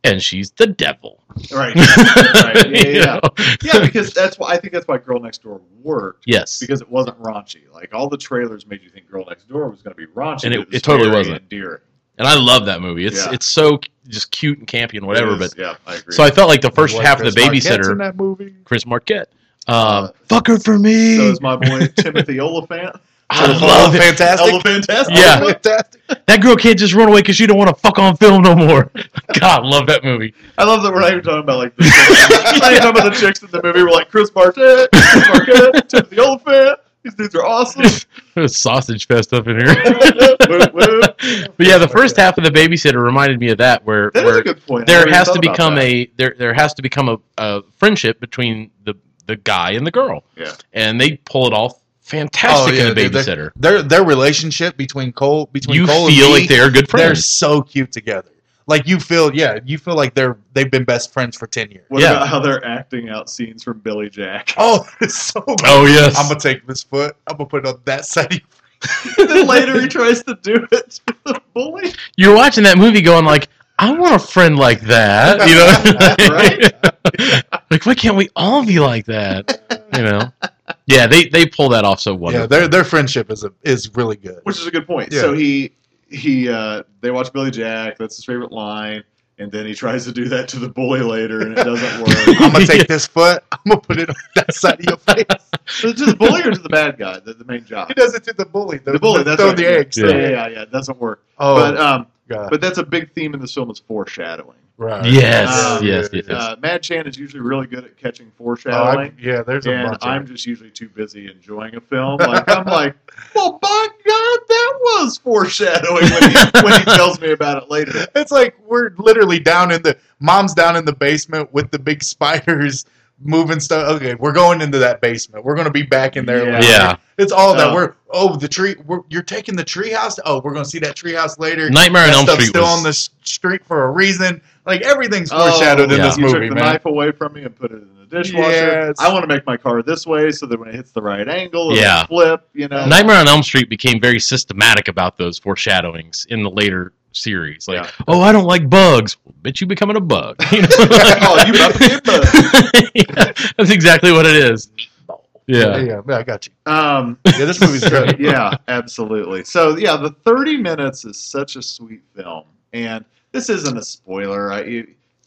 H: and she's the devil.
F: Right.
H: right.
F: yeah, yeah. yeah, because that's why I think that's why Girl Next Door worked
H: Yes.
F: because it wasn't raunchy. Like all the trailers made you think Girl Next Door was going to be raunchy,
H: And it-
F: but was
H: it totally
F: very
H: wasn't.
F: Endearing.
H: And I love that movie. It's
F: Yeah.
H: it's so just cute and campy and whatever.
F: It is,
H: But
F: yeah, I agree.
H: so I felt like the first
G: Like
H: half of the
G: Chris Marquette's in
H: babysitter,
G: that movie.
H: Chris Marquette.
F: Uh,
H: Uh, fuck her for me.
F: so is my boy Timothy Oliphant.
H: I
G: Oh,
H: love it.
G: fantastic.
F: Fantastic.
H: Yeah.
G: fantastic.
H: That girl can't just run away because she don't want to fuck on film no more. God, love that movie.
F: I love that we're not even talking about like the chicks. we're not even talking about the chicks in the movie. We're like Chris Marquette, Chris Marquette, Timothy Oliphant. These dudes are awesome.
H: There's sausage fest up in here.
F: Woo, woo.
H: But yeah, the first half of the babysitter reminded me of that, where
F: That is
H: where
F: a good point. I
H: there
F: never
H: has
F: thought
H: to
F: about
H: become
F: that.
H: a there there has to become a, a friendship between the the guy and the girl.
F: Yeah. Oh,
H: And they pull it off fantastic in the
G: dude, their-
H: babysitter.
G: Their their relationship between Cole between
H: You
G: Cole
H: feel
G: and me,
H: like they're good
G: they're
H: friends.
G: so cute together. Like you feel, yeah, you feel like they're they've been best friends for ten years.
F: What
H: Yeah.
F: about how they're acting out scenes from Billy Jack?
G: Oh, it's so. Good.
H: oh yes.
G: I'm gonna take this foot. I'm gonna put it on that side.
F: then later he tries to do it to the bully.
H: You're watching that movie going like, I want a friend like that. You know, like why can't we all be like that? You know. Yeah, they they pull that off so
G: Yeah,
H: wonderful.
G: their their friendship is a, is really good.
F: which is a good point.
G: Yeah.
F: So he he uh, they watch Billy Jack. That's his favorite line, and then he tries to do that to the bully later, and it doesn't work.
G: I'm gonna take this foot. I'm gonna put it on that side of your face.
F: So to the bully or to the bad guy, the, the main job.
G: He does it to the bully. The,
F: The bully. That's
G: throw
F: right.
G: the eggs.
F: Yeah, yeah, yeah. yeah, It doesn't work.
G: Oh
F: But um,
G: god.
F: but that's a big theme in this film is foreshadowing.
G: right.
H: Yes,
F: Um,
H: yes, yes.
F: Uh, Mad Chan is usually really good at catching
G: Oh, I-
F: foreshadowing.
G: yeah, there's a
F: and
G: bunch.
F: I'm just usually too busy enjoying a film. Like I'm like, well, by God, that was foreshadowing when he, when he tells me about it later.
G: It's like we're literally down in the mom's down in the basement with the big spiders moving stuff. Okay, we're going into that basement. We're gonna be back in there.
F: Yeah.
G: later.
H: yeah.
G: it's all that
F: Oh.
G: we're. Oh, the tree. We're, you're taking the tree house. Oh, we're gonna see that tree house later.
H: Nightmare on
G: That
H: Elm
G: stuff's
H: Street
G: still
H: was
G: on the s- street for a reason. Like everything's
F: Oh,
G: foreshadowed in
H: yeah.
G: this
F: you
G: movie,
F: took the
G: man.
F: knife away from me and put it in the dishwasher.
G: Yes.
F: I want to make my car this way so that when it hits the right angle, it'll
H: Yeah.
F: flip. You know,
H: Nightmare on Elm Street became very systematic about those foreshadowings in the later series. Like,
F: Yeah.
H: oh, I don't like bugs. Well, bitch, you becoming a bug. You know?
F: Oh, you about to be a bug.
H: Yeah, that's exactly what it is.
G: Yeah,
H: Yeah.
G: yeah, yeah, I got you.
F: um,
G: Yeah, this movie's good.
F: yeah, absolutely. So yeah, the thirty minutes is such a sweet film, and this isn't a spoiler. I,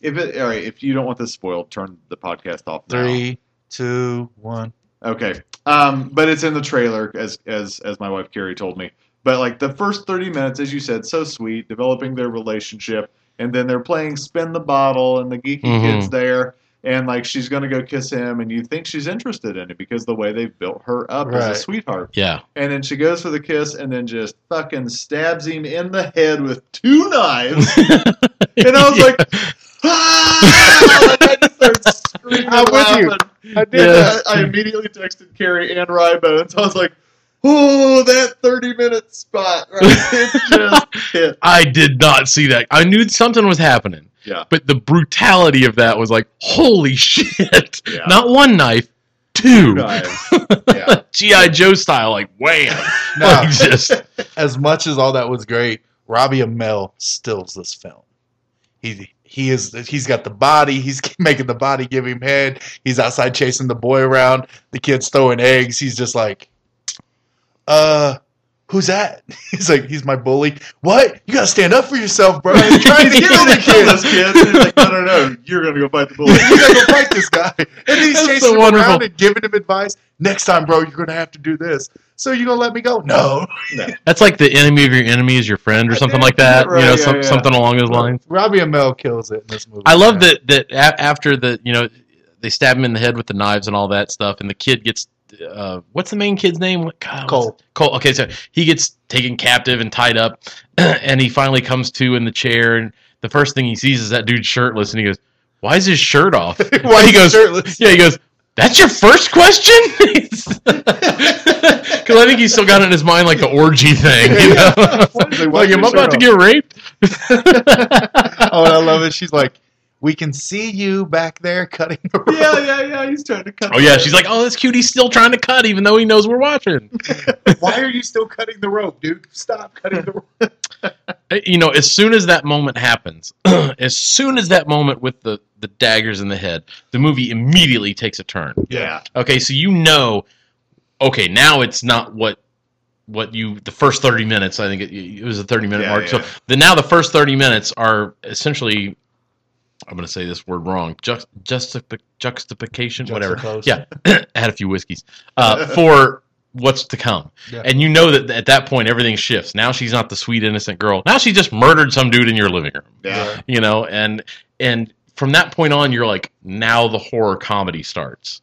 F: if it, all right, if you don't want this spoiled, turn the podcast off. now.
G: Three, two, one.
F: Okay. Um, but it's in the trailer, as as as my wife Carrie told me. But like the first thirty minutes, as you said, so sweet, developing their relationship, and then they're playing spin the bottle, and the geeky
H: Mhm.
G: Mm-hmm.
F: kid's there, and like she's gonna go kiss him, and you think she's interested in it because the way they've built her up
G: Right.
F: as a sweetheart,
H: Yeah.
F: and then she goes for the kiss, and then just fucking stabs him in the head with two knives, and I was like, ah! Like, I just started screaming,
G: I'm with you.
F: laughing.
G: I did
F: Yeah, I immediately texted Carrie and Rybones. I was like, "Oh, that thirty-minute spot, right? It just hit."
H: I did not see that. I knew something was happening.
F: Yeah.
H: But the brutality of that was like, holy shit.
F: Yeah.
H: Not one knife, two.
F: Knives. Yeah.
H: G.I. Joe style, like, wham.
G: No,
H: Like, just,
G: as much as all that was great, Robbie Amell steals this film. He he is he's got the body. He's making the body give him head. He's outside chasing the boy around. The kid's throwing eggs. He's just like, uh. Who's that? He's like, he's my bully. What? You gotta stand up for yourself, bro. You're trying to kill the
F: Kill
G: kid.
F: this kid. And he's like, "No, no, no! You're gonna go fight the bully."
G: you gotta go fight this guy. And he's
H: That's
G: chasing
H: so
G: him
H: wonderful.
G: around and giving him advice. Next time, bro, you're gonna have to do this. So you gonna let me go? No.
H: that's like the enemy of your enemy is your friend or something like that.
F: Right,
H: you know,
F: yeah,
H: some,
F: yeah.
H: something along those lines.
G: Robbie Amell kills it in this movie.
H: I love
G: man.
H: that that a- after the you know they stab him in the head with the knives and all that stuff, and the kid gets uh, what's the main kid's name? What- God, what's-
G: Cole.
H: Cole. Okay, so he gets taken captive and tied up, and he finally comes to in the chair, and the first thing he sees is that dude shirtless, and he goes, "Why is his shirt off?"
G: Why
H: he goes,
G: shirtless?
H: yeah, he goes. That's your first question? Because I think he's still got it in his mind like the orgy thing. You know? like, am I about to get raped?
G: Oh, and I love it. She's like, "We can see you back there cutting the rope."
F: yeah, yeah, yeah. He's trying to cut.
H: Oh yeah, she's like, oh, this cutie's still trying to cut, even though he knows we're watching.
G: Why are you still cutting the rope, dude? Stop cutting the rope.
H: Uh, You know, as soon as that moment happens, as soon as that moment with the the daggers in the head, the movie immediately takes a turn.
F: yeah,
H: Okay, so you know, okay, now it's not what what you the first 30 minutes i think it, it was a 30 minute
F: Yeah,
H: mark so
F: yeah.
H: the now the first 30 minutes are essentially i'm going to say this word wrong just juxtap- juxtapication whatever
G: Juxtaposed.
H: yeah had a few whiskeys uh, for what's to come
G: Yeah.
H: and you know that at that point everything shifts now she's not the sweet innocent girl now she just murdered some dude in your living room
F: yeah.
H: you know and and from that point on you're like now the horror comedy starts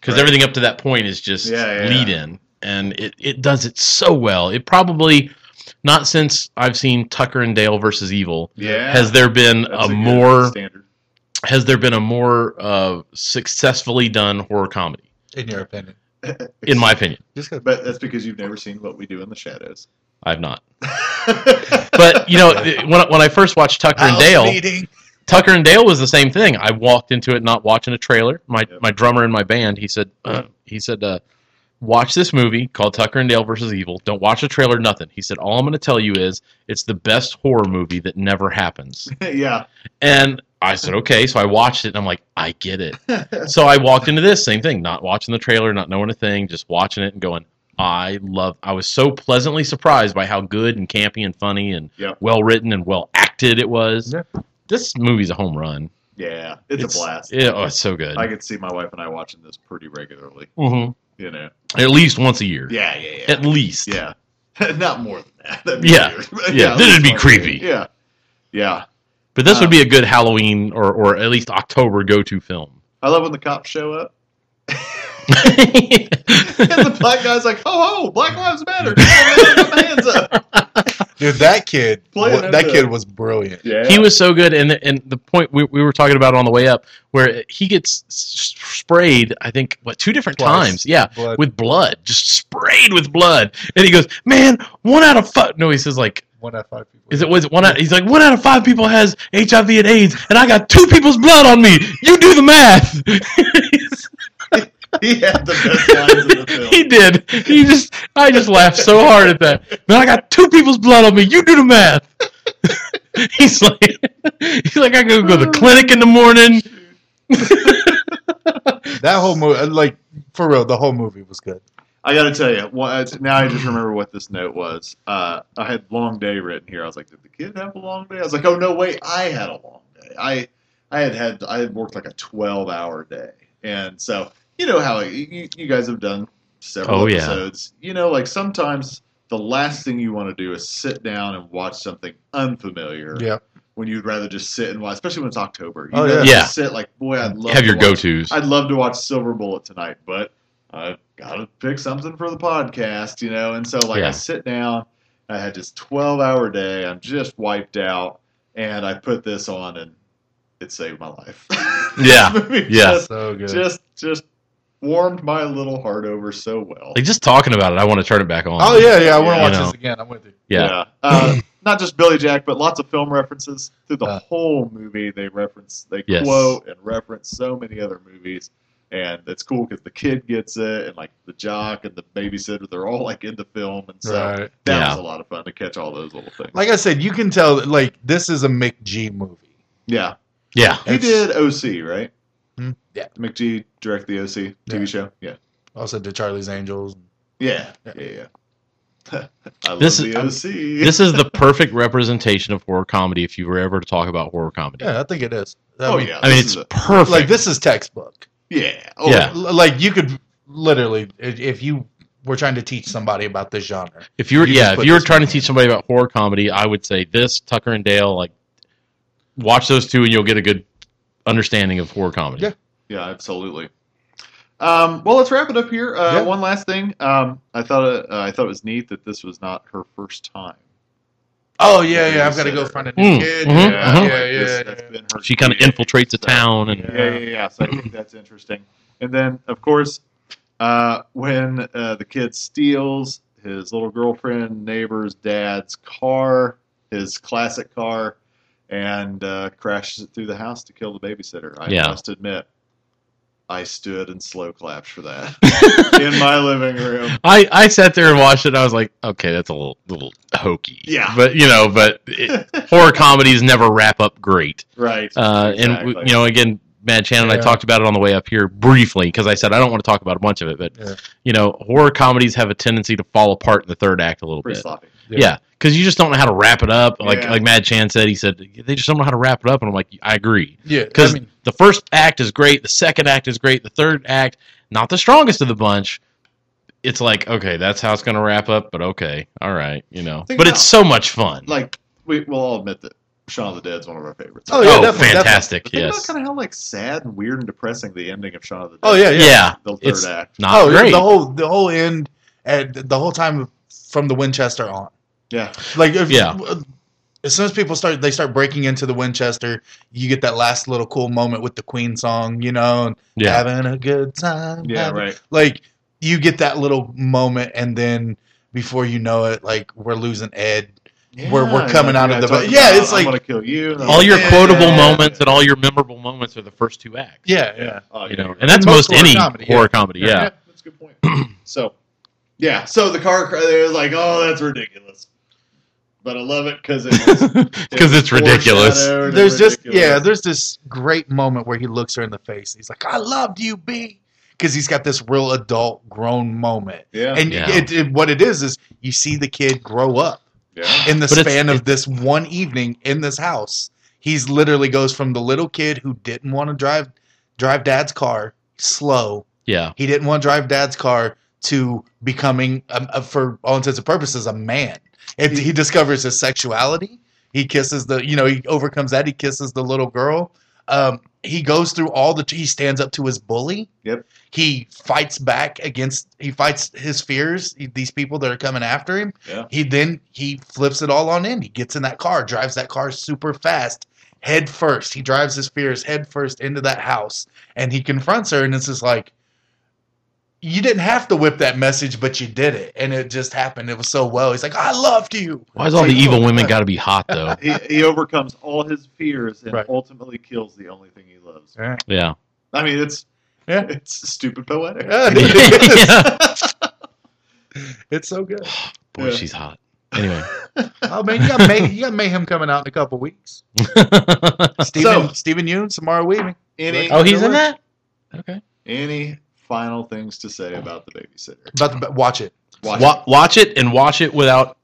H: because
F: Right.
H: everything up to that point is just
F: Yeah, yeah,
H: lead in and it, it does it so well it probably not since i've seen tucker and dale versus evil
F: yeah.
H: has there been
F: That's
H: a
F: good
H: more
F: standard?
H: has there been a more uh, successfully done horror comedy?
G: in your opinion.
H: In my opinion,
G: Just 'cause-
F: But that's because you've never seen What We Do in the Shadows.
H: I've not. But you know, when I- when I first watched Tucker and
G: House
H: Dale,
G: meeting.
H: Tucker and Dale was the same thing. I walked into it not watching a trailer. My
F: Yep.
H: my drummer in my band, he said, uh, he said, uh, watch this movie called Tucker and Dale versus Evil. Don't watch a trailer, nothing. He said, all I'm going to tell you is it's the best horror movie that never happens.
F: yeah.
H: And I said, okay. So I watched it, and I'm like, I get it. so I walked into this same thing, not watching the trailer, not knowing a thing, just watching it and going, I love. I was so pleasantly surprised by how good and campy and funny and
F: Yep.
H: well written and well acted it was.
G: Yeah.
H: This movie's a home run.
F: Yeah. It's, a blast.
H: Yeah, oh, it's so good.
F: I could see my wife and I watching this pretty regularly,
H: Mhm.
F: you know.
H: At least once a year.
F: Yeah, yeah, yeah.
H: At least.
F: Yeah. Not more than that. That'd be
H: Yeah.
F: weird.
H: Yeah,
F: at
H: this
F: least
H: would be
F: once a year.
H: creepy.
F: Yeah. Yeah.
H: But this
F: Uh,
H: would be a good Halloween or, or at least October go to film.
F: I love when the cops show up. and
H: yeah,
F: the black guy's like, "Ho ho, Black Lives Matter! Come on, man, put my hands up!"
G: Dude, that kid,
F: Playing
G: wa-
F: at
G: that
F: the-
G: kid was brilliant.
F: Yeah,
H: He was so good, and the, and the point we, we were talking about on the way up, where he gets s- sprayed, I think, what two different
G: Twice.
H: times, yeah,
G: Blood.
H: with blood, just sprayed with blood, and he goes, "Man, one out of five. No, he says like,
G: one out of five people.
H: is it was it one? Out, he's like, one out of five people has HIV and AIDS, and I got two people's blood on me. You do the math.
F: he had the best lines in the film.
H: he did. He just, I just laughed so hard at that. Man, I got two people's blood on me. You do the math. he's like, he's like, I gotta go to the clinic in the morning.
G: That whole movie, like for real, the whole movie was good.
F: I got to tell you, what, now I just remember what this note was. Uh, I had long day written here. I was like, did the kid have a long day? I was like, oh no, wait, I had a long day. I I had had I had worked like a twelve hour day, and so you know how you, you guys have done several
H: Oh, yeah.
F: episodes. You know, like sometimes the last thing you want to do is sit down and watch something unfamiliar.
G: Yeah.
F: When you'd rather just sit and watch, especially when it's October. You
G: Oh,
F: know,
G: yeah.
F: just
H: Yeah.
F: Sit like, boy, I'd love
H: Have
F: to
H: your
F: watch
H: go tos.
F: I'd love to watch Silver Bullet tonight, but I've got to pick something for the podcast, you know? And so, like,
H: Yeah.
F: I sit down, I had this 12 hour day, I'm just wiped out, and I put this on, and it saved my life.
H: Yeah.
F: This movie
H: Yeah.
F: Just,
G: So good.
F: just, just warmed my little heart over so well.
H: Like just talking about it, I want to turn it back on.
G: oh yeah, yeah. I
F: Yeah.
G: want to watch
H: You know.
G: this again. I'm with you.
H: yeah.
F: Uh, not just Billy Jack, but lots of film references through the
G: Uh.
F: whole movie. They reference, they
H: Yes.
F: quote and reference so many other movies, and it's cool because the kid gets it, and like the jock and the babysitter, they're all like in the film, and so
G: Right.
F: that
H: Yeah.
F: was a lot of fun to catch all those little things.
G: Like I said, you can tell. Like this is a McG movie.
F: yeah,
H: yeah.
F: he
G: It's-
F: did OC, right?
G: Hmm? Yeah.
F: McGee directed the OC TV
G: Yeah.
F: show. Yeah,
G: Also did Charlie's Angels.
F: yeah, yeah, yeah. I love
H: This
F: the
H: is-
F: OC.
H: This is the perfect representation of horror comedy if you were ever to talk about horror comedy.
G: Yeah, I think it is. I
F: oh
G: mean,
F: yeah,
H: I mean,
F: this
H: it's
F: is a-
H: perfect.
G: Like this is textbook.
F: yeah, oh
H: Yeah.
G: L- Like you could literally, i- if you were trying to teach somebody about this genre,
H: if you were,
G: you
H: yeah,
G: just
H: if
G: put
H: you were
G: this
H: trying to teach somebody about horror comedy, I would say this Tucker and Dale. Like, watch those two, and you'll get a good understanding of horror comedy.
G: Yeah.
F: Yeah, absolutely. Um, well, let's wrap it up here. Uh,
G: Yeah.
F: One last thing. Um, I thought uh, I thought it was neat that this was not her first time.
G: oh yeah, yeah, I've got to go find a new
H: Mm,
G: kid.
H: mhm,
G: Yeah,
F: Mm-hmm.
H: mhm.
G: yeah, yeah,
F: this-
G: yeah.
F: that's been her
H: She kind of
F: gig.
H: infiltrates a
F: So-
H: town, and
F: Yeah, yeah, yeah. So I think that's interesting. And then, of course, uh, when uh, the kid steals his little girlfriend, neighbor's dad's car, his classic car, and uh, crashes it through the house to kill the babysitter, I
H: Yeah.
F: must admit, I stood and slow clapped for that in my living room.
H: I, I sat there and watched it. And I was like, okay, that's a little little hokey.
F: Yeah.
H: but you know, but it, horror comedies never wrap up great.
F: Right.
H: Uh, And
F: Exactly.
H: w- you know, again, Mad Shannon and I
G: Yeah.
H: talked about it on the way up here briefly because I said I don't want to talk about a bunch of it, but
G: Yeah.
H: you know, horror comedies have a tendency to fall apart in the third act a little
F: Pretty
H: bit.
F: sloppy.
G: Yeah.
H: Yeah, because you just don't know how to wrap it up. Like
F: Yeah.
H: like Mad Chan said, he said they just don't know how to wrap it up, and I'm like, I agree.
G: Yeah, I
H: Because
G: mean,
H: the first act is great, the second act is great, the third act, not the strongest of the bunch. It's like okay, that's how it's going to wrap up, but okay, all right, you know.
F: Think
H: but
F: about-
H: it's so much fun.
F: Like, we, we'll all admit that Shaun of the Dead's one of our favorites.
G: Oh,
H: oh,
G: yeah, definitely, definitely.
H: fantastic!
F: But think
H: Yes,
F: about kind of how like sad and weird and depressing the ending of Shaun of the Dead.
G: oh yeah, yeah.
H: yeah,
F: the third
H: it's
F: act.
H: not
G: Oh,
H: great.
G: the whole the whole end and the whole time from the Winchester on.
F: Yeah,
G: Like if
H: Yeah.
G: as soon as people start they start breaking into the Winchester, you get that last little cool moment with the Queen song, you know, and
H: Yeah.
G: having a good time.
F: Yeah,
G: having-
F: right.
G: Like you get that little moment, and then before you know it, like we're losing Ed. We're- we're coming
F: Yeah,
G: out of
F: I
G: the-
F: talked
G: yeah,
F: about,
G: it's
F: I'm
G: like-
F: gonna kill you. and I'm
H: All your
G: Yeah.
H: quotable moments and all your memorable moments are the first two acts.
G: Yeah,
F: Yeah. Oh,
H: You
F: yeah,
H: know,
F: you're
H: and that's
G: Most
H: most,
G: horror
H: any
G: comedy, yeah.
H: horror comedy. Yeah.
F: that's a good point. so, yeah, so the car, cr- they was like, "Oh, that's ridiculous," but I love it because
H: Because it's ridiculous.
G: there's just yeah, there's this great moment where he looks her in the face. He's like, "I loved you, B," because he's got this real adult grown moment,
F: yeah,
G: and
H: Yeah.
G: it, it, what it is is you see the kid grow up.
F: yeah.
G: in the
H: But it's-
G: span of this one evening in this house. He's literally goes from the little kid who didn't want to drive drive dad's car slow.
H: Yeah.
G: He didn't want to drive dad's car to becoming, um, uh, for all intents and purposes, a man. It, he discovers his sexuality. He kisses the, you know, he overcomes that. He kisses the little girl. Um, he goes through all the. He stands up to his bully.
F: Yep.
G: He fights back against. He fights his fears. These people that are coming after him.
F: Yeah.
G: He then he flips it all on in. He gets in that car, drives that car super fast, head first. He drives his fears head first into that house, and he confronts her, and it's just like, you didn't have to whip that message, but you did it, and it just happened. It was so well. He's like, I loved you.
H: Why's all
G: It's
H: the
G: like,
H: evil
G: oh,
H: women
G: man.
H: got to be hot though?
F: he, he overcomes all his fears and
G: Right.
F: ultimately kills the only thing he loves.
G: Yeah.
H: Yeah.
F: I mean, it's
G: Yeah.
F: it's stupid poetic.
G: Yeah, dude, it is.
H: yeah.
G: It's so good.
H: Boy,
F: Yeah.
H: she's hot. Anyway.
G: Oh man, you got May, you got Mayhem coming out in a couple weeks. Steven,
F: So-
G: Steven Yoon, Samara Weaving.
F: Any
H: oh, he's in that? Okay.
F: any final things to say about the babysitter?
G: About to but watch it.
F: Watch
H: Wa- watch it and watch it without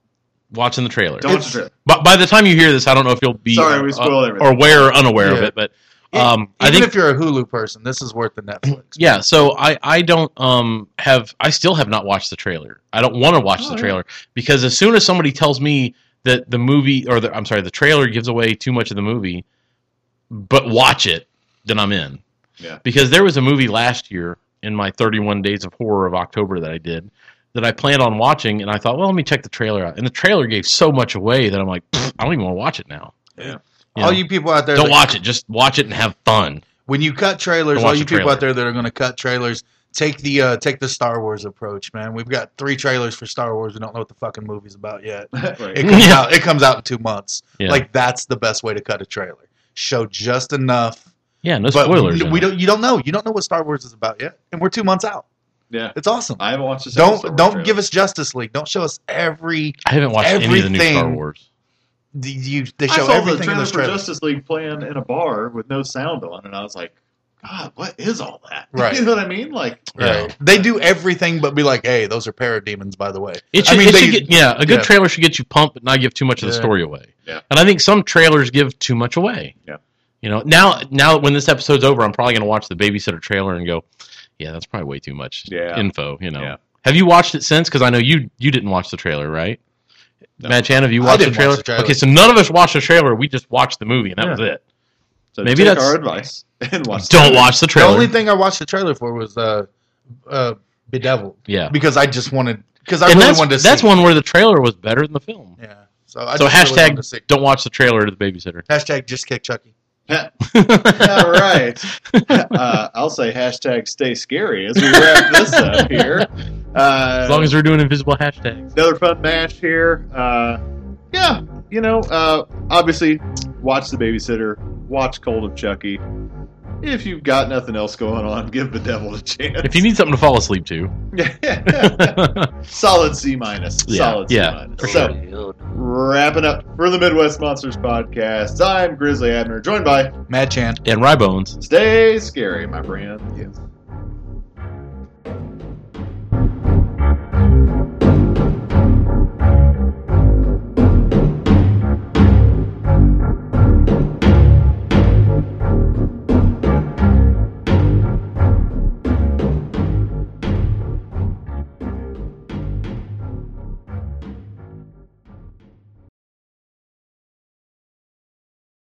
H: watching the trailer.
F: Don't watch the trailer.
H: But by the time you hear this, I don't know if you'll be
F: Sorry, we
H: uh,
F: spoiled everything.
H: or aware or unaware of
G: Yeah.
H: it. But um, I
G: Even
H: think
G: if you're a Hulu person, this is worth the Netflix.
H: yeah. So I I don't um have I still have not watched the trailer. I don't want to watch
G: Oh,
H: the trailer because as soon as somebody tells me that the movie or the I'm sorry the trailer gives away too much of the movie, but watch it, then I'm in.
F: Yeah.
H: Because there was a movie last year in my 31 days of horror of October that I did that I planned on watching, and I thought, well, let me check the trailer out. And the trailer gave so much away that I'm like, "Pfft, I don't even want to watch it now.
G: Yeah.
H: You know?
G: All you people out there,
H: don't
G: that-
H: watch it. Just watch it and have fun.
G: when you cut trailers,
H: Don't
G: all
H: watch
G: you
H: the
G: people
H: trailer.
G: out there that are going to cut trailers, take the uh, take the Star Wars approach, man. We've got three trailers for Star Wars. We don't know what the fucking movie's about yet.
F: right.
G: It comes
H: Yeah.
G: out. It comes out in two months.
H: Yeah.
G: Like that's the best way to cut a trailer. Show just enough.
H: Yeah, no
G: but
H: spoilers.
G: we,
H: in
G: we
H: it.
G: don't. You don't know. You don't know what Star Wars is about yet, and we're two months out.
F: yeah,
G: It's awesome.
F: I haven't watched this.
G: don't don't give us Justice League. Don't show us every.
H: I haven't watched any of the new Star
G: everything-
H: Wars.
G: the- You, they
F: I saw
G: show
F: the
G: everything in
F: trailer
G: this
F: for
G: trailer.
F: Justice League playing in a bar with no sound on, and I was like, God, what is all that?
G: Right.
F: you know what I mean? Like,
H: Yeah.
G: Right. They do everything, but be like, "Hey, those are parademons, by the way."
H: It
G: I
H: should,
G: mean,
H: it
G: they-
H: should get, yeah, a good
G: yeah.
H: trailer should get you pumped, but not give too much of the
G: Yeah.
H: story away.
F: Yeah.
H: And I think some trailers give too much away.
F: Yeah.
H: You know, now now when this episode's over, I'm probably going to watch the babysitter trailer and go, yeah, that's probably way too much
F: Yeah.
H: info. You know,
F: Yeah.
H: have you watched it since? Because I know you you didn't watch the trailer, right? Mad Chan, have you
G: I
H: watched the,
G: didn't watch
H: trailer?
G: the trailer.
H: Okay, so none of us watched the trailer. We just watched the movie, and that
F: Yeah.
H: was it.
F: so
H: Maybe
F: take
H: that's-
F: our advice and watch. the
H: Don't
F: trailer.
H: watch the
G: The
H: trailer.
G: only thing I watched the trailer for was uh, uh, Bedeviled
H: yeah,
G: because I just wanted because I
H: and
G: really
H: that's,
G: wanted to.
H: that's
G: see it.
H: one where the trailer was better than the film.
G: Yeah. So I
H: so
G: just really wanted
H: hashtag
G: to see it.
H: don't watch the trailer to the babysitter.
G: hashtag just kick Chucky.
F: All right. Uh, I'll say hashtag stay scary as we wrap this up here. Uh,
H: As long as we're doing invisible hashtags.
F: another fun mash here. Uh, yeah, you know, uh, obviously, watch The Babysitter, watch Cold of Chucky. If you've got nothing else going on, give the devil a chance.
H: If you need something to fall asleep to.
F: solid C minus,
H: Yeah,
F: solid C
H: yeah, for
F: minus. So, wrapping up for the Midwest Monsters podcast, I'm Grizzly Abner, joined by
G: Mad Chan.
H: and Rybones.
F: Stay Scary, my friend. Yes.